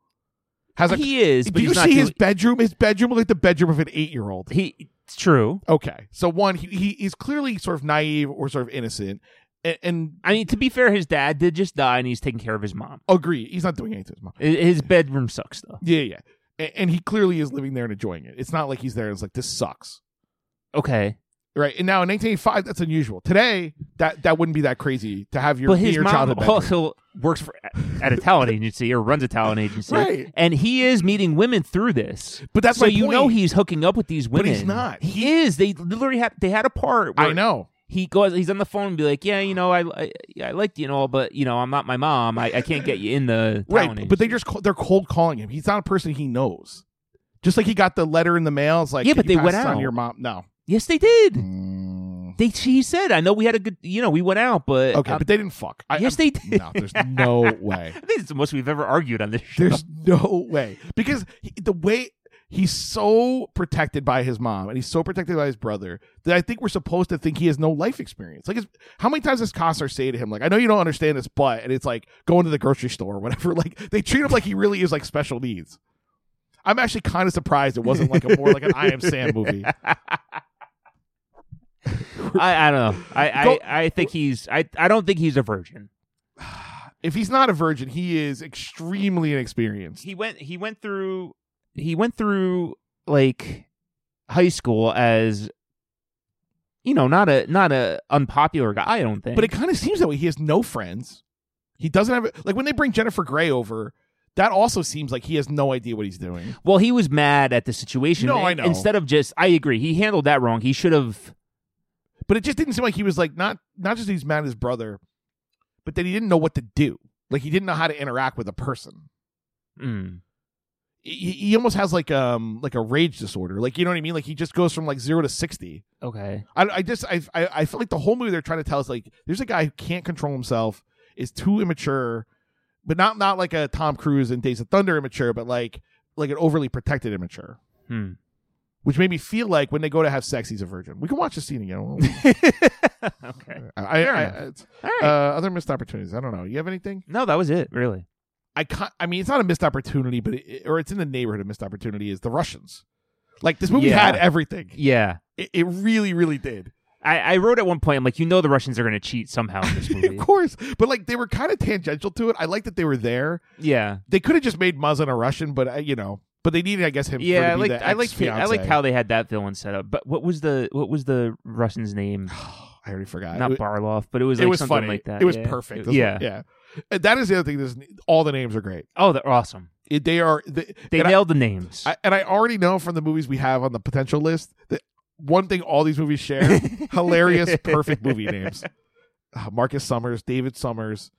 Speaker 9: has a.
Speaker 8: he is. But
Speaker 9: do you
Speaker 8: he's not
Speaker 9: see his
Speaker 8: doing-
Speaker 9: bedroom? His bedroom looked like the bedroom of an eight year old.
Speaker 8: He. It's true.
Speaker 9: Okay, so one, he, he he's clearly sort of naive or sort of innocent, and, and
Speaker 8: I mean, to be fair, his dad did just die, and he's taking care of his mom.
Speaker 9: agree, he's not doing anything. to his mom.
Speaker 8: I- His bedroom sucks though.
Speaker 9: Yeah, yeah. And, and he clearly is living there and enjoying it. It's not like he's there and it's like, this sucks.
Speaker 8: Okay,
Speaker 9: Right. And now in 1985, that's unusual. Today, that, that wouldn't be that crazy to have your,
Speaker 8: but his
Speaker 9: your
Speaker 8: mom
Speaker 9: childhood. bedroom.
Speaker 8: also works for at a talent agency or runs a talent agency,
Speaker 9: Right.
Speaker 8: And he is meeting women through this.
Speaker 9: But that's
Speaker 8: so
Speaker 9: my
Speaker 8: you know
Speaker 9: point.
Speaker 8: he's hooking up with these women.
Speaker 9: But he's not.
Speaker 8: He, is. They literally had they had a part. Where
Speaker 9: I know.
Speaker 8: He goes. He's on the phone and be like, "Yeah, you know, I I, I liked you and all, but you know, I'm not my mom. I, I can't get you in the
Speaker 9: Right.
Speaker 8: talent
Speaker 9: but-
Speaker 8: agency."
Speaker 9: But they just, call, they're cold calling him. He's not a person he knows. Just like he got the letter in the mail. It's like,
Speaker 8: Yeah,
Speaker 9: "Can
Speaker 8: but
Speaker 9: you
Speaker 8: they
Speaker 9: pass
Speaker 8: went
Speaker 9: this on to
Speaker 8: out.
Speaker 9: your mom. No.
Speaker 8: yes, they did.
Speaker 9: Mm,
Speaker 8: They she said, "I know we had a good, you know, we went out, but
Speaker 9: okay.
Speaker 8: um,
Speaker 9: but they didn't fuck. I,
Speaker 8: yes, they
Speaker 9: I'm-
Speaker 8: did.
Speaker 9: No, there's no way.
Speaker 8: I think it's the most we've ever argued on this show.
Speaker 9: There's no way because he, the way he's so protected by his mom and he's so protected by his brother that I think we're supposed to think he has no life experience. Like, it's, how many times does Costner say to him, like, "I know you don't understand this, but," and it's like going to the grocery store or whatever. Like, they treat him like he really is like special needs. I'm actually kind of surprised it wasn't like a more like an I Am Sam movie.
Speaker 8: I, I don't know. I,
Speaker 9: Go-
Speaker 8: I, I think he's. I, I don't think he's a virgin.
Speaker 9: If he's not a virgin, he is extremely inexperienced.
Speaker 8: He went. He went through. He went through like high school as you know, not a not a unpopular guy. I don't think.
Speaker 9: But it kind of seems that way. He has no friends. He doesn't have like when they bring Jennifer Grey over. That also seems like he has no idea what he's doing.
Speaker 8: well, he was mad at the situation.
Speaker 9: No, I
Speaker 8: In-
Speaker 9: know.
Speaker 8: Instead of just, I agree. He handled that wrong. He should have.
Speaker 9: But it just didn't seem like he was like not not just he's mad at his brother, but that he didn't know what to do. Like he didn't know how to interact with a person.
Speaker 8: Mm.
Speaker 9: He, he almost has like um like a rage disorder. Like you know what I mean? Like he just goes from like zero to sixty.
Speaker 8: Okay.
Speaker 9: I, I just I, I I feel like the whole movie they're trying to tell us like there's a guy who can't control himself, is too immature, but not not like a Tom Cruise in Days of Thunder immature, but like like an overly protected immature.
Speaker 8: Hmm.
Speaker 9: Which made me feel like when they go to have sex, he's a virgin. We can watch the scene again.
Speaker 8: okay.
Speaker 9: I, I, I, it's-
Speaker 8: All right.
Speaker 9: uh, other missed opportunities. I don't know. You have anything?
Speaker 8: no, that was it. Really.
Speaker 9: I can't, I mean, it's not a missed opportunity, but it, or it's in the neighborhood of missed opportunity. Is the Russians? Like this movie
Speaker 8: Yeah.
Speaker 9: had everything.
Speaker 8: Yeah.
Speaker 9: It, it really, really did.
Speaker 8: I, I wrote at one point, I'm like, you know, the Russians are going to cheat somehow in this
Speaker 9: of
Speaker 8: movie.
Speaker 9: course, but like they were kind of tangential to it. I like that they were there.
Speaker 8: yeah,
Speaker 9: They could have just made Muzzin a Russian, but uh, you know, but they needed, I guess, him.
Speaker 8: yeah. I
Speaker 9: for to be
Speaker 8: like,
Speaker 9: the
Speaker 8: I like, I
Speaker 9: ex-fiancé.
Speaker 8: like how they had that villain set up. But what was the what was the Russian's name?
Speaker 9: I already forgot.
Speaker 8: Not
Speaker 9: It wa-
Speaker 8: Barloff, but it was
Speaker 9: it
Speaker 8: like
Speaker 9: was
Speaker 8: something
Speaker 9: funny.
Speaker 8: like that.
Speaker 9: It was
Speaker 8: yeah.
Speaker 9: perfect.
Speaker 8: It- yeah.
Speaker 9: yeah. And that is the other thing. Is all the names are great.
Speaker 8: Oh, they're awesome.
Speaker 9: It- They are. They,
Speaker 8: They
Speaker 9: and I-
Speaker 8: nailed the names.
Speaker 9: I, and I already know from the movies we have on the potential list that one thing all these movies share: hilarious, perfect movie names. Uh, Marcus Summers, David Summers.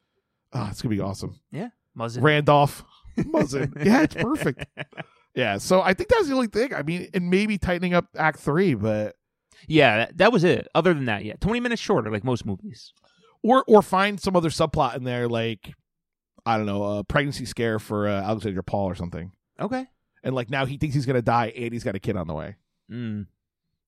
Speaker 9: Oh, it's gonna be awesome.
Speaker 8: Muzzin.
Speaker 9: Randolph Muzzin. yeah, it's perfect. Yeah, so I think that's the only thing. I mean, and maybe tightening up Act Three, but
Speaker 8: yeah, that, that was it. Other than that, yeah, twenty minutes shorter, like most movies.
Speaker 9: or or find some other subplot in there, like I don't know, a pregnancy scare for uh, Alexander Paul or something.
Speaker 8: Okay.
Speaker 9: And like now he thinks he's gonna die, and he's got a kid on the way.
Speaker 8: Mm.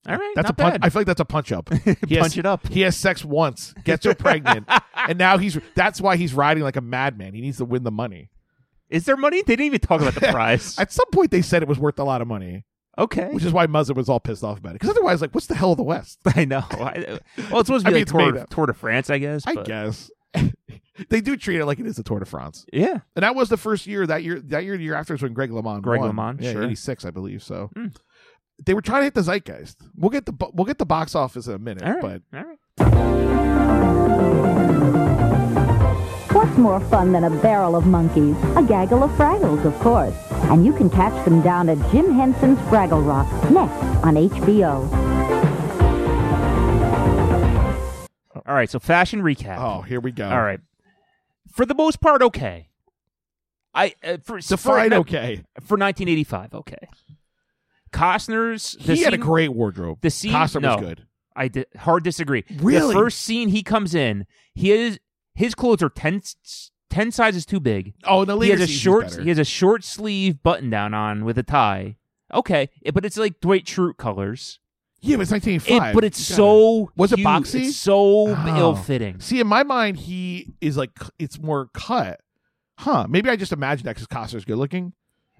Speaker 8: All right.
Speaker 9: That's
Speaker 8: not
Speaker 9: a punch.
Speaker 8: bad.
Speaker 9: I feel like that's a punch up. He has-
Speaker 8: punch it up.
Speaker 9: He has sex once, gets her pregnant, and now he's that's why he's riding like a madman. He needs to win the money.
Speaker 8: Is there money? They didn't even talk about the prize.
Speaker 9: At some point, they said it was worth a lot of money,
Speaker 8: okay.
Speaker 9: which is why Muzzin was all pissed off about it. Because otherwise, like, what's the hell of the West?
Speaker 8: I know. I, well, it's supposed to be
Speaker 9: I mean,
Speaker 8: like
Speaker 9: it's
Speaker 8: Tour,
Speaker 9: made up.
Speaker 8: Tour de France, I guess.
Speaker 9: I
Speaker 8: but-
Speaker 9: guess they do treat it like it is the Tour de France,
Speaker 8: Yeah.
Speaker 9: and that was the first year that year that year the year after is when Greg LeMond
Speaker 8: Greg
Speaker 9: won.
Speaker 8: LeMond,
Speaker 9: yeah,
Speaker 8: sure.
Speaker 9: eighty six I believe. So
Speaker 8: Hmm.
Speaker 9: they were trying to hit the zeitgeist. We'll get the bo- we'll get the box office in a minute,
Speaker 8: All right.
Speaker 9: but
Speaker 8: All right.
Speaker 11: What's more fun than a barrel of monkeys? A gaggle of Fraggles, of course. And you can catch them down at Jim Henson's Fraggle Rock next on HBO.
Speaker 8: All right. So fashion recap.
Speaker 9: oh, here we go.
Speaker 8: All right. For the most part, okay. I uh, for so for,
Speaker 9: Fine, okay.
Speaker 8: for 1985, okay. Costner's the
Speaker 9: he had a
Speaker 8: scene-
Speaker 9: great wardrobe.
Speaker 8: the scene-
Speaker 9: costume
Speaker 8: no.
Speaker 9: was good.
Speaker 8: I di- hard disagree. the
Speaker 9: Really?
Speaker 8: first scene he comes in, he is his clothes are 10, s- 10 sizes too big.
Speaker 9: Oh, in the
Speaker 8: he
Speaker 9: later
Speaker 8: has a
Speaker 9: seasons,
Speaker 8: short
Speaker 9: better.
Speaker 8: he has a short sleeve button down on with a tie. Okay, it- but it's like Dwight Schrute colors.
Speaker 9: yeah, but it's nineteen eighty
Speaker 8: It,
Speaker 9: five.
Speaker 8: but it's so
Speaker 9: Was it
Speaker 8: cute.
Speaker 9: boxy?
Speaker 8: It's so
Speaker 9: Oh.
Speaker 8: ill fitting.
Speaker 9: See, in my mind, he is like c- it's more cut. Huh? Maybe I just imagined that because Costner's good looking.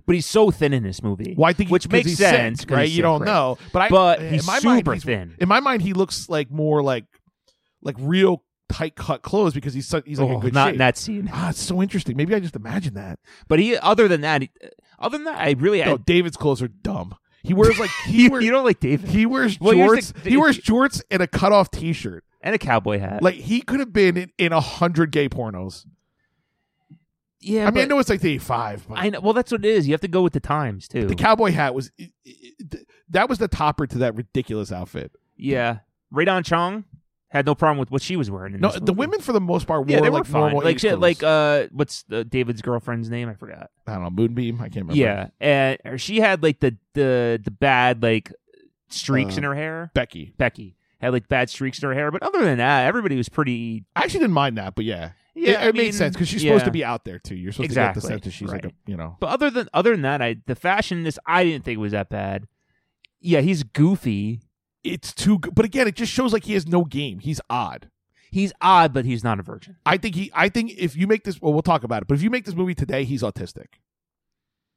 Speaker 8: But he's so thin in this movie.
Speaker 9: Well, I think he-
Speaker 8: which
Speaker 9: 'cause
Speaker 8: makes
Speaker 9: he's sick,
Speaker 8: sense, 'cause
Speaker 9: right?
Speaker 8: he's
Speaker 9: You
Speaker 8: sick,
Speaker 9: don't
Speaker 8: right.
Speaker 9: know, but I.
Speaker 8: But
Speaker 9: in
Speaker 8: he's
Speaker 9: my
Speaker 8: super
Speaker 9: mind, he's-
Speaker 8: thin.
Speaker 9: In my mind, he looks like more like like real tight cut clothes because he's su- he's like
Speaker 8: Oh,
Speaker 9: a good
Speaker 8: not
Speaker 9: shape.
Speaker 8: in that scene.
Speaker 9: Ah, it's so interesting. Maybe I just imagined that.
Speaker 8: But he, other than that, he- other than that, I really,
Speaker 9: No,
Speaker 8: I,
Speaker 9: David's clothes are dumb. He wears like he
Speaker 8: you,
Speaker 9: wears
Speaker 8: you don't like David
Speaker 9: he wears
Speaker 8: Well, here's
Speaker 9: jorts.
Speaker 8: the- Uh,
Speaker 9: he wears jorts and a cutoff t-shirt.
Speaker 8: and a cowboy hat.
Speaker 9: Like he could have been in, in a hundred gay pornos.
Speaker 8: yeah,
Speaker 9: I mean, I
Speaker 8: but-
Speaker 9: know it's like the eighty-five, but
Speaker 8: I know. Well, that's what it is. You have to go with the times too.
Speaker 9: the cowboy hat was it- it- that was the topper to that ridiculous outfit.
Speaker 8: yeah, Radon Chong had no problem with what she was wearing. In
Speaker 9: No,
Speaker 8: this
Speaker 9: the
Speaker 8: movie.
Speaker 9: women for the most part wore
Speaker 8: yeah, they were
Speaker 9: like
Speaker 8: fine.
Speaker 9: normal
Speaker 8: Like,
Speaker 9: 80s
Speaker 8: she,
Speaker 9: clothes.
Speaker 8: like, uh, what's uh, David's girlfriend's name? I forgot.
Speaker 9: I don't know moonbeam. I can't remember.
Speaker 8: Yeah, and or she had like the the the bad like streaks
Speaker 9: Uh,
Speaker 8: in her hair.
Speaker 9: Becky.
Speaker 8: Becky had like bad streaks in her hair, but other than that, everybody was pretty.
Speaker 9: I actually didn't mind that, but yeah,
Speaker 8: Yeah,
Speaker 9: it,
Speaker 8: I
Speaker 9: it made
Speaker 8: mean,
Speaker 9: sense because she's
Speaker 8: yeah.
Speaker 9: supposed to be out there too. You're supposed to get
Speaker 8: Exactly,
Speaker 9: the sense that she's like
Speaker 8: right.
Speaker 9: a you know.
Speaker 8: But other than other than that, I the fashion in this I didn't think was that bad. Yeah, he's goofy.
Speaker 9: It's too. good. But again, it just shows like he has no game. He's odd.
Speaker 8: He's odd, but he's not a virgin.
Speaker 9: I think he. I think if you make this, well, we'll talk about it. But if you make this movie today, he's autistic.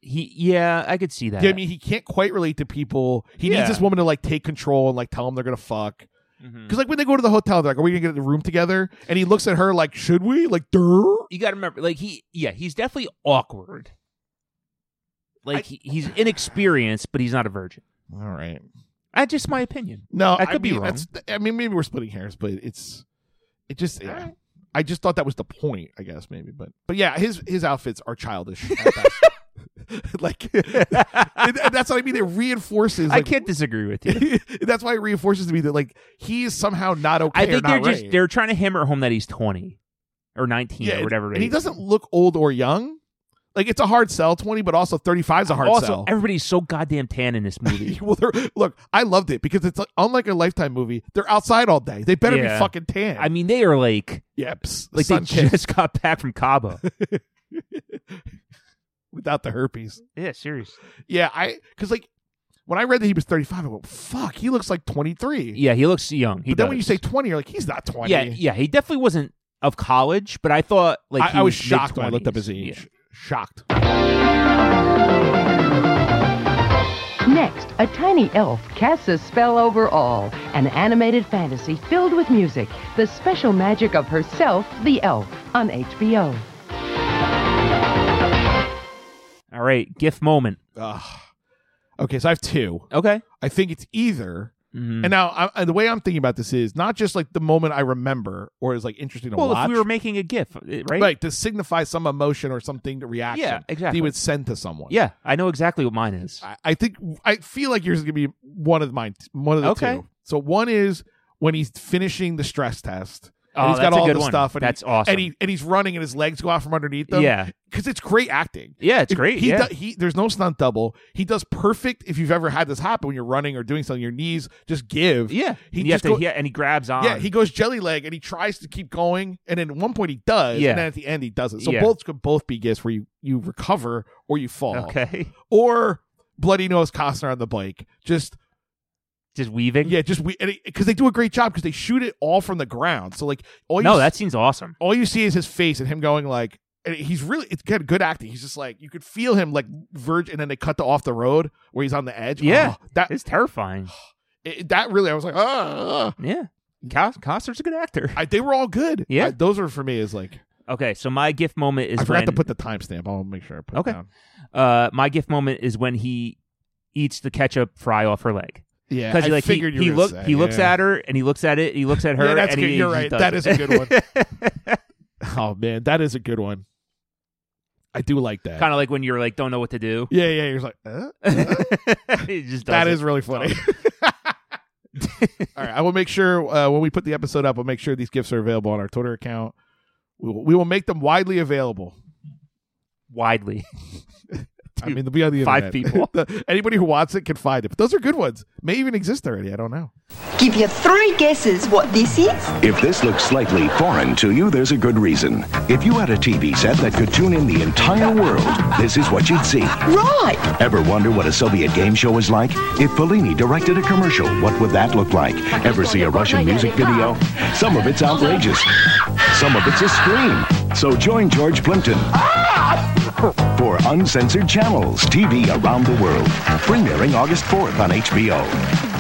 Speaker 8: He, yeah, I could see that.
Speaker 9: Yeah, I mean, he can't quite relate to people. He
Speaker 8: Yeah.
Speaker 9: needs this woman to like take control and like tell him they're gonna fuck.
Speaker 8: Mhm.
Speaker 9: Because like when they go to the hotel, they're like, "Are we gonna get in the room together?" And he looks at her like, "Should we?" Like, "Durr."
Speaker 8: you got to remember, like he, yeah, he's definitely awkward. Like he, he's inexperienced, but he's not a virgin.
Speaker 9: All right.
Speaker 8: That's just my opinion.
Speaker 9: No,
Speaker 8: I could be
Speaker 9: mean,
Speaker 8: wrong.
Speaker 9: That's, I mean, maybe we're splitting hairs, but it's it just. Yeah.
Speaker 8: right.
Speaker 9: I just thought that was the point. I guess maybe, but but yeah, his his outfits are childish. at best. like, and- and that's what I mean. It reinforces.
Speaker 8: I
Speaker 9: Like,
Speaker 8: can't disagree with you.
Speaker 9: that's why it reinforces to me that like he is somehow not okay.
Speaker 8: I
Speaker 9: or
Speaker 8: think
Speaker 9: not
Speaker 8: they're just
Speaker 9: right.
Speaker 8: they're trying to hammer home that he's twenty or nineteen
Speaker 9: yeah,
Speaker 8: or whatever. it
Speaker 9: And he
Speaker 8: is.
Speaker 9: doesn't look old or young. Like it's a hard sell twenty, but also thirty five is a hard
Speaker 8: also,
Speaker 9: sell.
Speaker 8: everybody's so goddamn tan in this movie.
Speaker 9: well, they're- look, I loved it because it's uh, unlike a lifetime movie. They're outside all day. They better
Speaker 8: Yeah.
Speaker 9: be fucking tan.
Speaker 8: I mean, they are like
Speaker 9: yeah, psst,
Speaker 8: like
Speaker 9: sun
Speaker 8: they
Speaker 9: kissed
Speaker 8: just got back from Cabo.
Speaker 9: without the herpes.
Speaker 8: yeah, seriously.
Speaker 9: Yeah, I because like when I read that he was thirty five, I went, "Fuck, he looks like 23.
Speaker 8: Yeah, he looks young. He
Speaker 9: but then when you
Speaker 8: does.
Speaker 9: say twenty, you're like, "He's not 20.
Speaker 8: yeah, yeah, he definitely wasn't of college, but I thought like
Speaker 9: I,
Speaker 8: he
Speaker 9: I was shocked when I looked up his
Speaker 8: mid-twenties.
Speaker 9: age. Shocked.
Speaker 12: Next, a tiny elf casts a spell over all, an animated fantasy filled with music, the special magic of herself, the elf, on HBO.
Speaker 8: Yeah. All right, GIF moment.
Speaker 9: Ugh. Okay, so I have two.
Speaker 8: Okay. Hmm.
Speaker 9: I think it's either
Speaker 8: Mm-hmm.
Speaker 9: And now I, I- the way I'm thinking about this is not just like the moment I remember or is like interesting to
Speaker 8: well,
Speaker 9: watch.
Speaker 8: if we were making a GIF, uh, right?
Speaker 9: Right, to signify some emotion or something, to reaction.
Speaker 8: Yeah,
Speaker 9: That
Speaker 8: exactly.
Speaker 9: he would send to someone.
Speaker 8: Yeah, I know exactly what mine is.
Speaker 9: I, I think I feel like yours is gonna be one of mine. One of the
Speaker 8: Okay.
Speaker 9: two. So one is when he's finishing the stress test.
Speaker 8: Oh,
Speaker 9: and he's got
Speaker 8: that's a
Speaker 9: all
Speaker 8: good
Speaker 9: the
Speaker 8: one.
Speaker 9: stuff. And
Speaker 8: That's
Speaker 9: he-
Speaker 8: awesome.
Speaker 9: And he and he's running, and his legs go out from underneath them.
Speaker 8: Yeah.
Speaker 9: because it's great acting.
Speaker 8: Yeah, it's
Speaker 9: If-
Speaker 8: great,
Speaker 9: He,
Speaker 8: yeah.
Speaker 9: do- he there's no stunt double. He does perfect. If you've ever had this happen when you're running or doing something, your knees just give.
Speaker 8: Yeah,
Speaker 9: he
Speaker 8: You have
Speaker 9: just
Speaker 8: to-
Speaker 9: go-
Speaker 8: yeah, and he grabs on.
Speaker 9: yeah, he goes jelly leg and he tries to keep going, and then at one point he does,
Speaker 8: Yeah.
Speaker 9: and then at the end he doesn't. So
Speaker 8: Yeah.
Speaker 9: both could both be gifts where you you recover or you fall.
Speaker 8: Okay.
Speaker 9: Or bloody nose Costner on the bike, just
Speaker 8: just weaving.
Speaker 9: Yeah, just we because they do a great job because they shoot it all from the ground. So like all you
Speaker 8: no,
Speaker 9: s-
Speaker 8: that seems awesome.
Speaker 9: all you see is his face and him going like. And he's really it's got good acting. He's just like you could feel him like verge, and then they cut to off the road where he's on the edge.
Speaker 8: Yeah,
Speaker 9: Oh, that
Speaker 8: it's terrifying.
Speaker 9: it- that really I was like, ah,
Speaker 8: yeah. Cos- Costner's a good actor.
Speaker 9: I, they were all good.
Speaker 8: Yeah.
Speaker 9: I- those are for me is like
Speaker 8: Okay, so my GIF moment is
Speaker 9: I forgot
Speaker 8: when,
Speaker 9: to put the timestamp. I'll make sure I put
Speaker 8: Okay.
Speaker 9: it down.
Speaker 8: Uh, my gift moment is when he eats the ketchup fry off her leg.
Speaker 9: Yeah,
Speaker 8: because
Speaker 9: I
Speaker 8: like he,
Speaker 9: figured you
Speaker 8: he,
Speaker 9: were
Speaker 8: look,
Speaker 9: gonna say,
Speaker 8: he looks
Speaker 9: yeah.
Speaker 8: at her and he looks at it. He looks at her.
Speaker 9: yeah, that's
Speaker 8: and
Speaker 9: good.
Speaker 8: he-
Speaker 9: You're
Speaker 8: he
Speaker 9: right.
Speaker 8: does
Speaker 9: That
Speaker 8: it.
Speaker 9: is a good one. oh man, that is a good one. I do like that.
Speaker 8: kind of like when you're like don't know what to do.
Speaker 9: yeah, yeah. You're like, uh?
Speaker 8: He just does
Speaker 9: that
Speaker 8: it.
Speaker 9: is really funny. All right, I will make sure uh, when we put the episode up, I'll make sure these gifts are available on our Twitter account. We will, we will make them widely available.
Speaker 8: Widely.
Speaker 9: I mean, they'll be on the
Speaker 8: Five
Speaker 9: internet. people. Anybody who wants it can find it. But those are good ones. May even exist already. I don't know.
Speaker 13: Give you three guesses what this is.
Speaker 14: If this looks slightly foreign to you, there's a good reason. If you had a TV set that could tune in the entire world, this is what you'd see.
Speaker 13: Right.
Speaker 14: Ever wonder what a Soviet game show was like? If Fellini directed a commercial, what would that look like? Ever see a Russian music video? Some of it's outrageous. Some of it's a scream. So join George Plimpton for Uncensored Channels TV around the world. Premiering August 4th on HBO.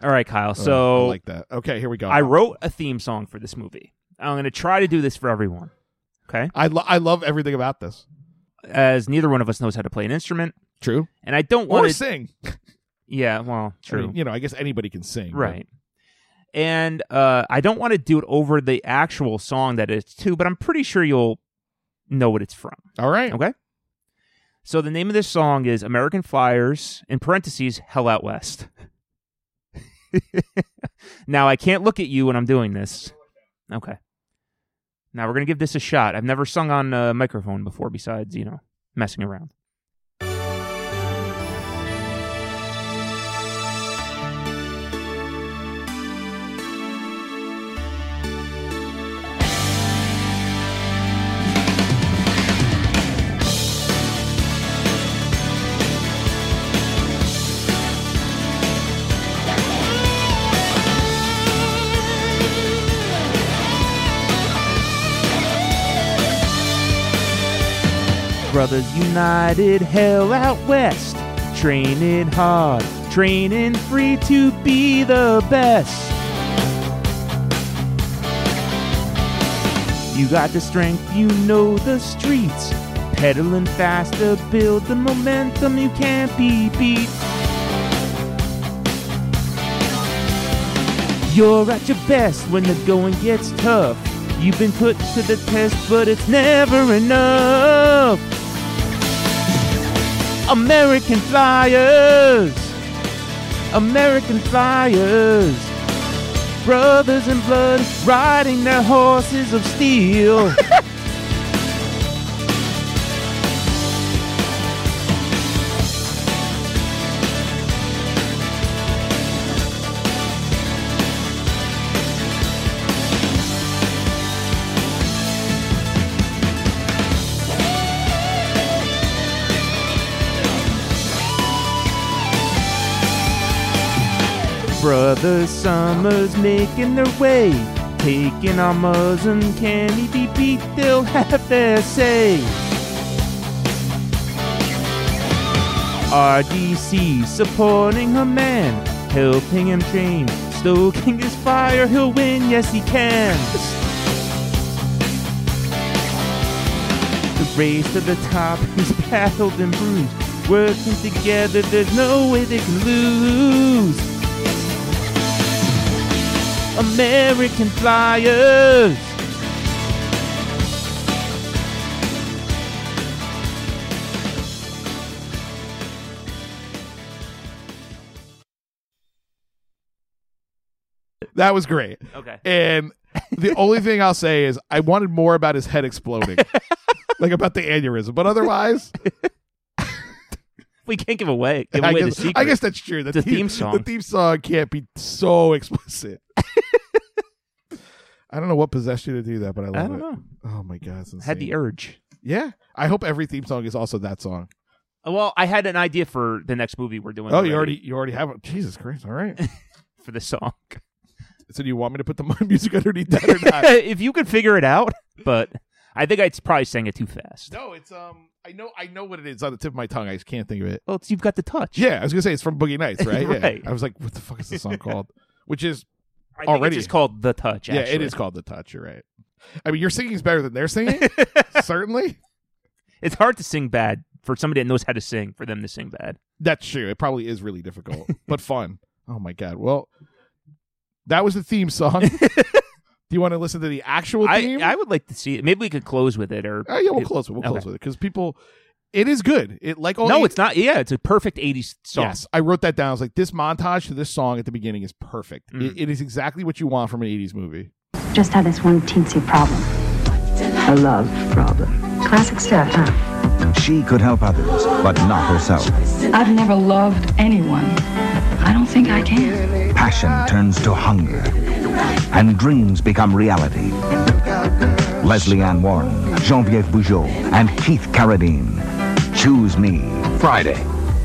Speaker 8: All right,
Speaker 9: Oh,
Speaker 8: Kyle. Uh, So
Speaker 9: I like that. Okay, here we go.
Speaker 8: I wrote a theme song for this movie. I'm going to try to do this for everyone. Okay.
Speaker 9: I lo- I love everything about this.
Speaker 8: As neither one of us knows how to play an instrument.
Speaker 9: True.
Speaker 8: And I don't want
Speaker 9: Or
Speaker 8: to
Speaker 9: sing.
Speaker 8: Yeah. Well,
Speaker 9: I mean,
Speaker 8: true.
Speaker 9: you know, I guess anybody can sing. but-
Speaker 8: Right. And uh, I don't want to do it over the actual song that it's to, but I'm pretty sure you'll know what it's from.
Speaker 9: All right.
Speaker 8: Okay. So the name of this song is American Flyers, in parentheses, Hell Out West. now, I can't look at you when I'm doing this. Okay. Now, we're going to give this a shot. I've never sung on a microphone before, besides, you know, messing around. Brothers United, hell out west. Training hard, training free to be the best. You got the strength, you know the streets. Pedaling faster, build the momentum, you can't be beat. You're at your best when the going gets tough. You've been put to the test, but it's never enough. American Flyers! American Flyers! Brothers in blood riding their horses of steel. Brother Summers making their way, taking our Muslim. Can he be beat? They'll have their say. RDC supporting her man, helping him train, stoking his fire. He'll win, yes he can. The race to the top is battled and bruised. Working together, there's no way they can lose. American Flyers.
Speaker 9: That was great.
Speaker 8: Okay.
Speaker 9: And the only thing I'll say is I wanted more about his head exploding, like about the aneurysm. But otherwise,
Speaker 8: We can't give away give
Speaker 9: I
Speaker 8: away the
Speaker 9: guess,
Speaker 8: secret.
Speaker 9: I guess that's true.
Speaker 8: The theme song.
Speaker 9: The theme song can't be so explicit. I don't know what possessed you to do that, but I love
Speaker 8: don't
Speaker 9: it.
Speaker 8: know.
Speaker 9: Oh my god, it's
Speaker 8: Had the
Speaker 9: insane.
Speaker 8: urge.
Speaker 9: Yeah, I hope every theme song is also that song.
Speaker 8: Uh, Well, I had an idea for the next movie we're doing.
Speaker 9: Oh, you already you already have it. Jesus Christ! All right.
Speaker 8: for the song.
Speaker 9: so do you want me to put the music underneath that or not?
Speaker 8: if you could figure it out, but I think I probably sang it too fast.
Speaker 9: No, it's um. I know. I know what it is on the tip of my tongue. I just can't think of it.
Speaker 8: Well, it's, you've got the touch.
Speaker 9: Yeah, I was gonna say it's from Boogie Nights, right?
Speaker 8: Right.
Speaker 9: Yeah. I was like, what the fuck is this song called? Which is
Speaker 8: I think
Speaker 9: already
Speaker 8: it's just called the touch.
Speaker 9: Yeah, it
Speaker 8: actually.
Speaker 9: is called the touch. You're right. I mean, your singing's better than their singing. Certainly,
Speaker 8: It's hard to sing bad for somebody that knows how to sing. For them to sing bad.
Speaker 9: that's true. It probably is really difficult, but fun. Oh my god. Well, that was the theme song. Do you want to listen to the actual
Speaker 8: I,
Speaker 9: theme?
Speaker 8: I would like to see it. Maybe we could close with it, or
Speaker 9: Oh, yeah, we'll close with we'll close with it because people, it is good. It like all
Speaker 8: no,
Speaker 9: eight-
Speaker 8: it's not. Yeah, it's a perfect '80s song.
Speaker 9: Yes, I wrote that down. I was like, this montage to this song at the beginning is perfect.
Speaker 8: Mm.
Speaker 9: It, it is exactly what you want from an '80s movie.
Speaker 11: Just had this one teensy problem.
Speaker 15: A love problem.
Speaker 11: Classic stuff, huh?
Speaker 15: She could help others, but not herself.
Speaker 16: I've never loved anyone. I don't think I can.
Speaker 15: Passion turns to hunger, and dreams become reality. Leslie Ann Warren, Genevieve Bugeaud, and Keith Carradine. Choose me Friday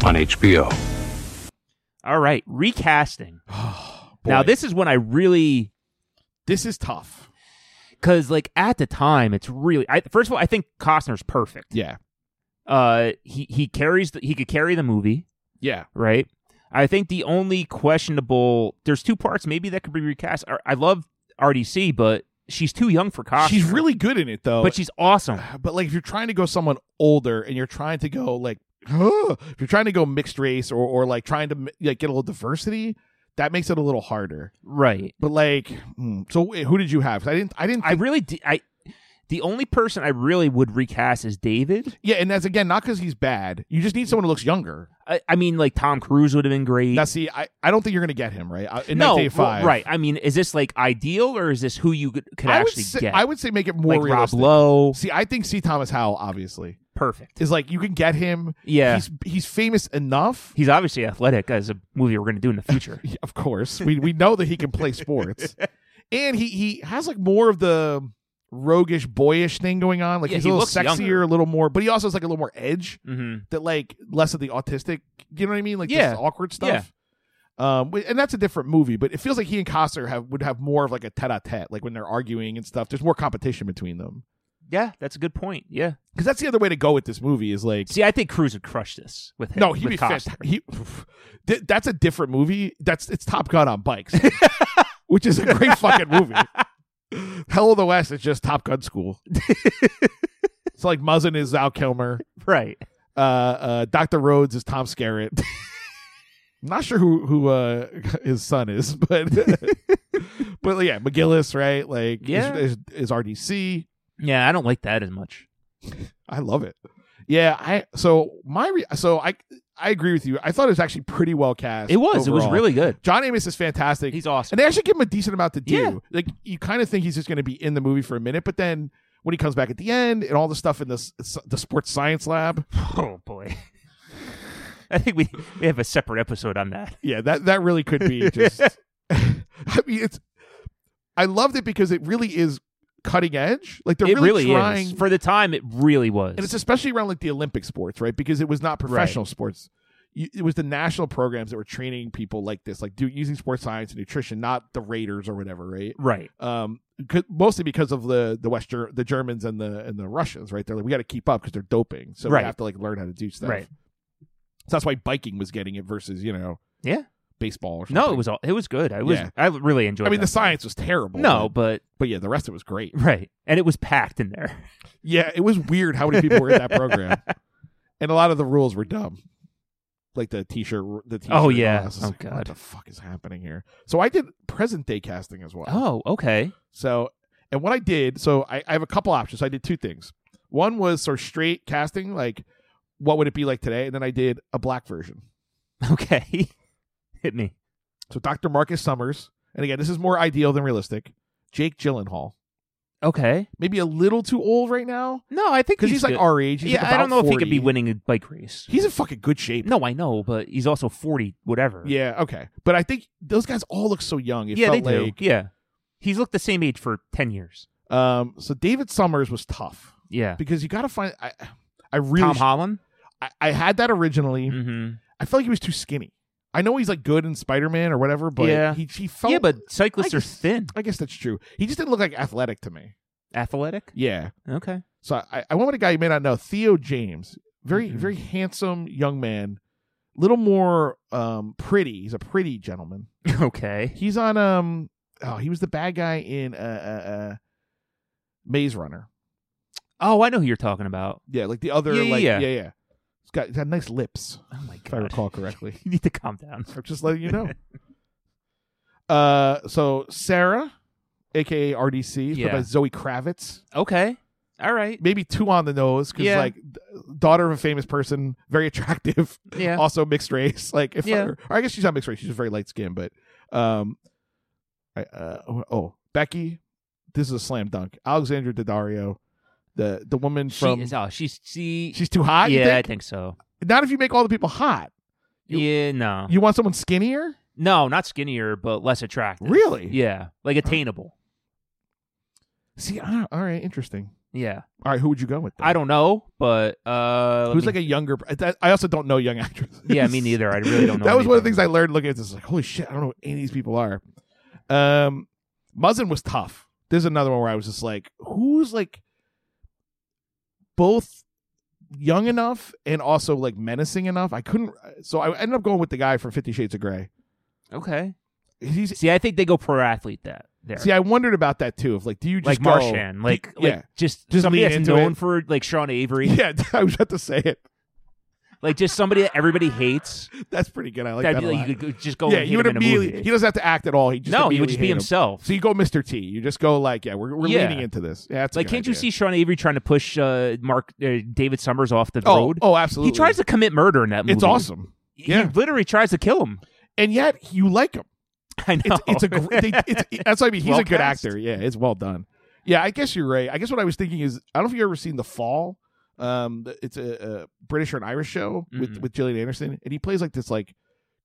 Speaker 15: on HBO.
Speaker 8: All right, recasting. now this is when I really
Speaker 9: This is tough
Speaker 8: because, like, at the time, it's really. I, first of all, I think Costner's perfect.
Speaker 9: Yeah.
Speaker 8: Uh, he he carries the, he could carry the movie.
Speaker 9: Yeah.
Speaker 8: Right. I think the only questionable there's two parts maybe that could be recast. I- I love RDC, but she's too young for Costner.
Speaker 9: She's really good in it though,
Speaker 8: but she's awesome.
Speaker 9: But like, if you're trying to go someone older and you're trying to go like, huh, if you're trying to go mixed race or or like trying to mi- like get a little diversity, that makes it a little harder.
Speaker 8: Right.
Speaker 9: But like, hmm, so wait, who did you have? 'Cause I didn't. I didn't.
Speaker 8: I really d I the only person I really would recast is David.
Speaker 9: Yeah, and that's again not because he's bad. You just need someone who looks younger.
Speaker 8: I, I mean, like Tom Cruise would have been great.
Speaker 9: Now, see, I, I don't think you're gonna get him right I- in
Speaker 8: no,
Speaker 9: 1985.
Speaker 8: well, right? I mean, is this like ideal or is this who you could, could
Speaker 9: I would
Speaker 8: actually
Speaker 9: say,
Speaker 8: get?
Speaker 9: I would say make it more
Speaker 8: Like Rob
Speaker 9: realistic.
Speaker 8: Lowe.
Speaker 9: See, I think C. Thomas Howell obviously
Speaker 8: perfect.
Speaker 9: is like you can get him.
Speaker 8: Yeah.
Speaker 9: he's he's famous enough.
Speaker 8: He's obviously athletic, as a movie we're going to do in the future.
Speaker 9: of course. We we know that he can play sports, and he he has like more of the roguish, boyish thing going on. Like
Speaker 8: Yeah,
Speaker 9: he's
Speaker 8: he
Speaker 9: a little
Speaker 8: looks
Speaker 9: sexier,
Speaker 8: younger.
Speaker 9: a little more, but he also has like a little more edge
Speaker 8: Mm-hmm.
Speaker 9: that like less of the autistic. You know what I mean? Like
Speaker 8: Yeah.
Speaker 9: this awkward stuff. Um, wi- and that's a different movie, but it feels like he and Costner have would have more of like a tete-a-tete, like when they're arguing and stuff. There's more competition between them
Speaker 8: Yeah, that's a good point. Yeah.
Speaker 9: because that's the other way to go with this movie is like
Speaker 8: See, I think Cruise would crush this with him.
Speaker 9: no, he'd
Speaker 8: with
Speaker 9: be
Speaker 8: Costner.
Speaker 9: fantastic. He, Th- that's a different movie. That's it's Top Gun on bikes, which is a great fucking movie. Hell of the West is just Top Gun school. it's like Muzzin is Al Kilmer,
Speaker 8: right?
Speaker 9: Uh, uh, Doctor Rhodes is Tom Skerritt. I'm not sure who who uh, his son is, but but yeah, McGillis, right? Like, is-
Speaker 8: Yeah.
Speaker 9: is, is RDC.
Speaker 8: Yeah, I don't like that as much.
Speaker 9: I love it. Yeah, I so my re- so I I agree with you. I thought it was actually pretty well cast.
Speaker 8: It was. It was
Speaker 9: overall.
Speaker 8: really good.
Speaker 9: John Amos is fantastic.
Speaker 8: He's awesome.
Speaker 9: And they actually give him a decent amount to do.
Speaker 8: Yeah.
Speaker 9: Like you kind of think he's just going to be in the movie for a minute, but then when he comes back at the end and all the stuff in this the sports science lab,
Speaker 8: Oh boy. I think we, we have a separate episode on that.
Speaker 9: yeah, that that really could be just. I mean, it's. I loved it because it really is cutting edge. Like they're
Speaker 8: it really,
Speaker 9: really, trying
Speaker 8: is. For the time, it really was.
Speaker 9: and it's especially around like the Olympic sports, right? Because it was not professional sports. You, it was the national programs that were training people like this, like do, using sports science and nutrition, not the Raiders or whatever, right?
Speaker 8: Right.
Speaker 9: Um, 'cause- mostly because of the the West Ger- the Germans and the and the Russians, right? They're like we got to keep up because they're doping, so
Speaker 8: Right.
Speaker 9: we have to like learn how to do stuff.
Speaker 8: Right.
Speaker 9: So that's why biking was getting it versus you know
Speaker 8: yeah
Speaker 9: baseball. Or something.
Speaker 8: No, it was all, it was good. I was
Speaker 9: Yeah.
Speaker 8: I really enjoyed.
Speaker 9: I mean,
Speaker 8: that.
Speaker 9: the science was terrible.
Speaker 8: no, but
Speaker 9: but yeah, the rest of it was great.
Speaker 8: right, and it was packed in there.
Speaker 9: Yeah, it was weird how many people were in that program, and a lot of the rules were dumb. like the t-shirt. The t-shirt
Speaker 8: Oh, yeah.
Speaker 9: laws. It's
Speaker 8: Oh,
Speaker 9: like, What
Speaker 8: God.
Speaker 9: the fuck is happening here? So I did present day casting as well.
Speaker 8: Oh, okay.
Speaker 9: So and what I did, so I, I have a couple options. I did two things. One was sort of straight casting, like what would it be like today, and then I did a black version.
Speaker 8: Okay, hit me.
Speaker 9: So Dr. Marcus Summers, and again, this is more ideal than realistic. Jake Gyllenhaal.
Speaker 8: Okay.
Speaker 9: Maybe a little too old right now.
Speaker 8: No, I think
Speaker 9: because he's, like
Speaker 8: good.
Speaker 9: our age. He's
Speaker 8: yeah,
Speaker 9: like
Speaker 8: I don't know
Speaker 9: about
Speaker 8: if he could be
Speaker 9: 40.
Speaker 8: winning a bike race.
Speaker 9: He's in fucking good shape.
Speaker 8: No, I know, but he's also forty, whatever.
Speaker 9: Yeah, okay. But I think those guys all look so young. It
Speaker 8: yeah, they
Speaker 9: felt
Speaker 8: do.
Speaker 9: like-
Speaker 8: Yeah, he's looked the same age for ten years.
Speaker 9: Um, so David Summers was tough.
Speaker 8: Yeah.
Speaker 9: because you got to find. I, I really Mm-hmm.
Speaker 8: Tom Holland? Mm.
Speaker 9: I, I had that originally. I felt like he was too skinny. I know he's like good in Spider Man or whatever, but
Speaker 8: yeah,
Speaker 9: he, he felt.
Speaker 8: yeah, but cyclists
Speaker 9: I
Speaker 8: are
Speaker 9: guess-
Speaker 8: thin.
Speaker 9: I guess that's true. He just didn't look like athletic to me.
Speaker 8: Athletic.
Speaker 9: Yeah.
Speaker 8: Okay.
Speaker 9: So I, I went with a guy you may not know, Theo James. Very
Speaker 8: Mm-hmm.
Speaker 9: very handsome young man. Little more um pretty. He's a pretty gentleman.
Speaker 8: Okay.
Speaker 9: He's on um oh he was the bad guy in uh uh, uh Maze Runner.
Speaker 8: Oh, I know who you're talking about.
Speaker 9: Yeah, like the other
Speaker 8: Yeah, yeah,
Speaker 9: like
Speaker 8: yeah.
Speaker 9: yeah yeah. He's got he's got nice lips. Oh my god. If I recall correctly.
Speaker 8: You need to calm down.
Speaker 9: I'm just letting you know. uh so Sarah, aka RDC, played
Speaker 8: Yeah.
Speaker 9: by Zoe Kravitz.
Speaker 8: Okay. All right.
Speaker 9: maybe two on the nose because
Speaker 8: Yeah.
Speaker 9: like d- daughter of a famous person, very attractive,
Speaker 8: Yeah.
Speaker 9: also mixed race. Like if
Speaker 8: Yeah.
Speaker 9: I, or I guess she's not mixed race, she's just very light skinned, but um, I, uh, oh, oh, Becky, this is a slam dunk. Alexandra Daddario, the the woman
Speaker 8: She
Speaker 9: from
Speaker 8: is. Oh, she's she.
Speaker 9: she's too hot. you
Speaker 8: yeah, I
Speaker 9: think?
Speaker 8: think so.
Speaker 9: not if you make all the people hot.
Speaker 8: yeah, no,
Speaker 9: You want someone skinnier?
Speaker 8: no, not skinnier, but less attractive.
Speaker 9: Really?
Speaker 8: Yeah, like attainable.
Speaker 9: See, I don't, all right, interesting.
Speaker 8: Yeah,
Speaker 9: All right, who would you go with?
Speaker 8: I don't know, but uh, let
Speaker 9: Who's
Speaker 8: me-
Speaker 9: like a younger? that- I also don't know young actresses.
Speaker 8: Yeah, me neither. I really don't know
Speaker 9: that was one of the things I learned looking at this. Like, holy shit, I don't know what any of these people are. Um, Muzzin was tough. There's another one where I was just like, who's like both young enough and also like menacing enough? I couldn't. So I ended up going with the guy from Fifty Shades of Grey.
Speaker 8: okay.
Speaker 9: He's,
Speaker 8: See, I think they go pro athlete that there.
Speaker 9: See, I wondered about that too. Of like, do you
Speaker 8: like
Speaker 9: just go-
Speaker 8: Marshan, like,
Speaker 9: yeah,
Speaker 8: like just,
Speaker 9: Just
Speaker 8: somebody
Speaker 9: lean
Speaker 8: that's
Speaker 9: into
Speaker 8: known
Speaker 9: it.
Speaker 8: for like Sean Avery,
Speaker 9: yeah. I was about to say it.
Speaker 8: like just somebody that everybody hates.
Speaker 9: That's pretty good. I like
Speaker 8: That'd be
Speaker 9: that. a
Speaker 8: like
Speaker 9: lot.
Speaker 8: you could go- just go
Speaker 9: Yeah,
Speaker 8: and
Speaker 9: you
Speaker 8: hit
Speaker 9: would
Speaker 8: him in a
Speaker 9: immediately.
Speaker 8: movie.
Speaker 9: He doesn't have to act at all. He just
Speaker 8: No, he would
Speaker 9: immediately
Speaker 8: just be
Speaker 9: hit him.
Speaker 8: himself.
Speaker 9: So you go, Mr. T. You just go like, yeah, we're we're
Speaker 8: Yeah.
Speaker 9: leaning into this. Yeah, that's a
Speaker 8: like,
Speaker 9: good
Speaker 8: can't you
Speaker 9: idea.
Speaker 8: see Sean Avery trying to push uh, Mark uh, David Summers off the
Speaker 9: Oh,
Speaker 8: road?
Speaker 9: oh, absolutely.
Speaker 8: He tries to commit murder in that movie.
Speaker 9: It's awesome. Yeah.
Speaker 8: He literally tries to kill him.
Speaker 9: And yet you like him.
Speaker 8: I know.
Speaker 9: It's, it's a gr- they, it's, that's what I mean. He's
Speaker 8: Well
Speaker 9: a good
Speaker 8: cast.
Speaker 9: actor. Yeah, it's well done. Yeah, I guess you're right. I guess what I was thinking is, I don't know if you've ever seen The Fall. Um, the- it's a, a British or an Irish show with
Speaker 8: Mm-mm.
Speaker 9: with Gillian Anderson, and he plays like this like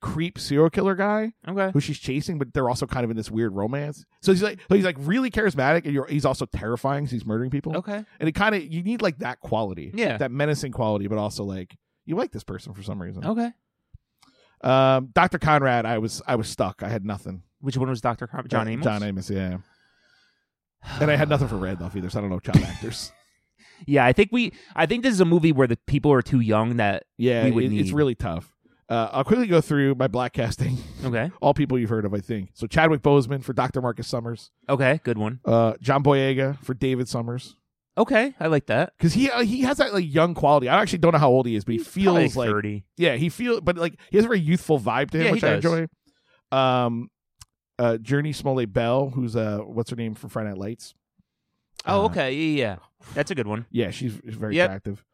Speaker 9: creep serial killer guy.
Speaker 8: Okay.
Speaker 9: who she's chasing, but they're also kind of in this weird romance. So he's like, so he's like really charismatic, and you're, he's also terrifying. 'cause he's murdering people.
Speaker 8: Okay.
Speaker 9: and it kind of you need like that quality,
Speaker 8: Yeah.
Speaker 9: that menacing quality, but also like you like this person for some reason.
Speaker 8: Okay.
Speaker 9: Um, Doctor Conrad, I was I was stuck. I had nothing.
Speaker 8: Which one was Doctor Car- John
Speaker 9: Uh,
Speaker 8: Amos?
Speaker 9: John Amos, yeah. And I had nothing for Randolph either, so I don't know child actors.
Speaker 8: Yeah, I think we. I think this is a movie where the people are too young that
Speaker 9: Yeah,
Speaker 8: we would
Speaker 9: it-
Speaker 8: need.
Speaker 9: it's really tough. Uh, I'll quickly go through my black casting.
Speaker 8: Okay.
Speaker 9: All people you've heard of, I think. So Chadwick Boseman for Dr. Marcus Summers.
Speaker 8: okay. Good one.
Speaker 9: Uh, John Boyega for David Summers.
Speaker 8: Okay, I like that.
Speaker 9: because he uh, he has that like young quality. I actually don't know how old he is, but he
Speaker 8: probably
Speaker 9: feels like
Speaker 8: 30.
Speaker 9: Yeah, he feels, but like he has a very youthful vibe to him,
Speaker 8: Yeah, he
Speaker 9: which I
Speaker 8: does.
Speaker 9: enjoy. Um, uh, Journey Smollett Bell, who's uh, what's her name from Friday Night Lights? Uh,
Speaker 8: Oh, okay. Yeah, yeah, yeah. that's a good one.
Speaker 9: Yeah, she's she's very
Speaker 8: Yep.
Speaker 9: attractive.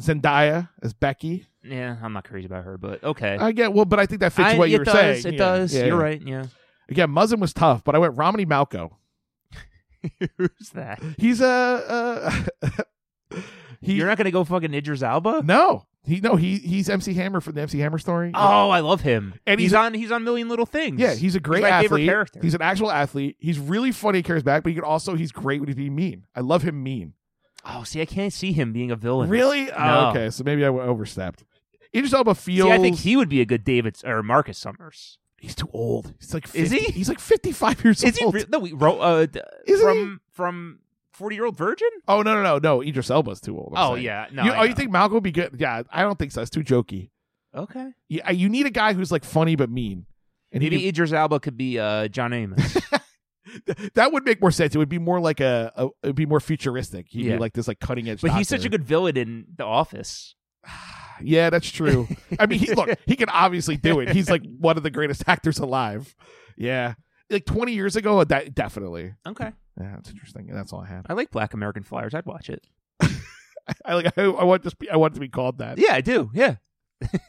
Speaker 9: Zendaya as Becky.
Speaker 8: Yeah, I'm not crazy about her, but okay.
Speaker 9: I get well, but I think that fits
Speaker 8: I-
Speaker 9: what you
Speaker 8: it
Speaker 9: were
Speaker 8: does,
Speaker 9: saying.
Speaker 8: It
Speaker 9: Yeah,
Speaker 8: does.
Speaker 9: yeah,
Speaker 8: You're
Speaker 9: yeah.
Speaker 8: right. Yeah.
Speaker 9: Again, Muzzin was tough, but I went Romney Malco.
Speaker 8: Who's that?
Speaker 9: He's a uh,
Speaker 8: You're not gonna go fucking Idris Alba?
Speaker 9: no. He no he he's MC Hammer from the MC Hammer story.
Speaker 8: Oh, I love him.
Speaker 9: And
Speaker 8: And he's,
Speaker 9: he's a-
Speaker 8: on. He's on Million Little Things.
Speaker 9: Yeah, he's a great
Speaker 8: my
Speaker 9: athlete.
Speaker 8: favorite character.
Speaker 9: He's an actual athlete. He's really funny, charismatic, but he can also he's great when he's being mean. I love him mean.
Speaker 8: oh, see, I can't see him being a villain.
Speaker 9: Really?
Speaker 8: No.
Speaker 9: Oh, okay, so maybe I went overstepped. Idris Elba feels.
Speaker 8: See, I think he would be a good David or Marcus Summers.
Speaker 9: he's too old. He's like 50,
Speaker 8: Is he?
Speaker 9: He's like fifty five years
Speaker 8: Is he?
Speaker 9: old.
Speaker 8: Re- no, we wrote uh, d-
Speaker 9: Isn't
Speaker 8: from from forty year old virgin.
Speaker 9: oh no no no no! Idris Elba's too old. I'm
Speaker 8: Oh,
Speaker 9: saying.
Speaker 8: yeah. No,
Speaker 9: You,
Speaker 8: I
Speaker 9: oh, you
Speaker 8: know.
Speaker 9: think Malcolm would be good? Yeah, I don't think so. It's too jokey.
Speaker 8: Okay.
Speaker 9: Yeah, you need a guy who's like funny but mean. And he
Speaker 8: Maybe Idris Alba could be uh, John Amos.
Speaker 9: could- that would make more sense. It would be more like a, a it'd be more futuristic. He'd
Speaker 8: Yeah.
Speaker 9: be like this like cutting edge.
Speaker 8: but he's such a good villain in The Office.
Speaker 9: Yeah, that's true. I mean, he look, he can obviously do it. He's like one of the greatest actors alive. Yeah, like twenty years ago, that definitely.
Speaker 8: Okay.
Speaker 9: Yeah, that's interesting. That's all I had.
Speaker 8: I like Black American Flyers. I'd watch it.
Speaker 9: I like. I, I want this. I want it to be called that.
Speaker 8: Yeah, I do. Yeah.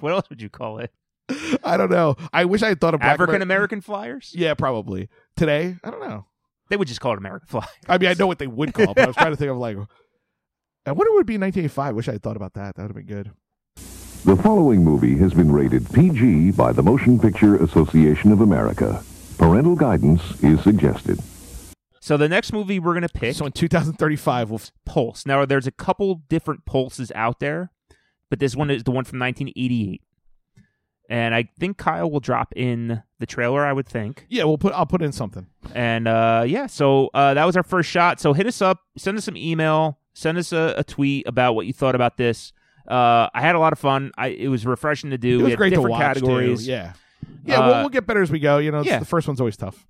Speaker 8: what else would you call it?
Speaker 9: I don't know. I wish I had thought of Black Mer-
Speaker 8: African American Flyers.
Speaker 9: Yeah, probably today. I don't know.
Speaker 8: They would just call it American Flyers.
Speaker 9: I mean, I know what they would call, it, but I was trying to think of like. I wonder what it would be in 1985. Wish I had thought about that. That would have been good.
Speaker 17: The following movie has been rated PG by the Motion Picture Association of America. Parental guidance is suggested.
Speaker 8: So the next movie we're gonna pick.
Speaker 9: So in 2035, we'll
Speaker 8: Pulse. Now there's a couple different Pulses out there, but this one is the one from 1988. And I think Kyle will drop in the trailer. I would think.
Speaker 9: Yeah, we'll put. I'll put in something.
Speaker 8: And uh, yeah, so uh, that was our first shot. So hit us up, send us some email, send us a, a tweet about what you thought about this. Uh, I had a lot of fun. I, it was refreshing to do.
Speaker 9: It
Speaker 8: we
Speaker 9: was
Speaker 8: had
Speaker 9: great to
Speaker 8: different
Speaker 9: watch.
Speaker 8: categories.
Speaker 9: Too. Yeah. Yeah,
Speaker 8: Uh,
Speaker 9: we'll, we'll get better as we go. You know, it's-
Speaker 8: yeah.
Speaker 9: the first one's always tough.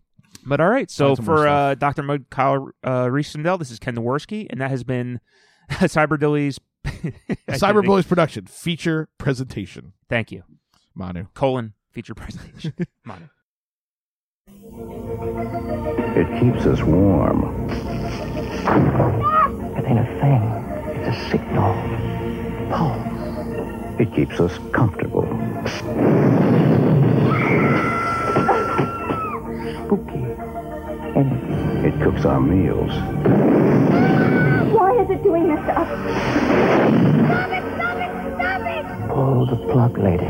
Speaker 8: But all right, so
Speaker 9: Find some more
Speaker 8: for
Speaker 9: stuff.
Speaker 8: uh, Dr. Mud Kyle uh, Reese Sindel, this is Ken Dworsky, and that has been Cyberdilly's
Speaker 9: Cyberbullies production feature presentation.
Speaker 8: Thank you,
Speaker 9: Manu
Speaker 8: colon feature presentation. Manu.
Speaker 18: It keeps us warm. It ain't a thing. It's a signal. Pulse. It keeps us comfortable. Spooky. And it cooks our meals.
Speaker 19: Why is it doing this to us?
Speaker 18: Pull the plug, lady.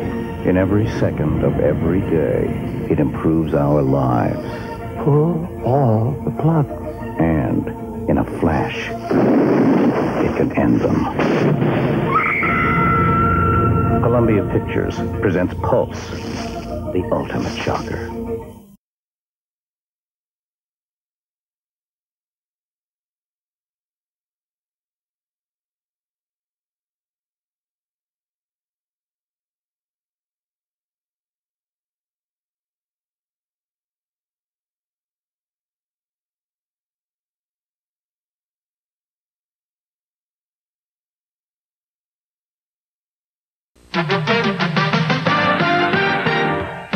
Speaker 18: In every second of every day, it improves our lives. Pull all the plug. And in a flash, it can end them. Columbia Pictures presents Pulse, the ultimate shocker.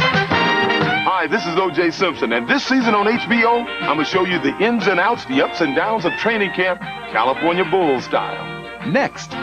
Speaker 20: Hi, this is O.J. Simpson, and this season on HBO, I'm going to show you the ins and outs, the ups and downs of training camp, California Bulls style. Next,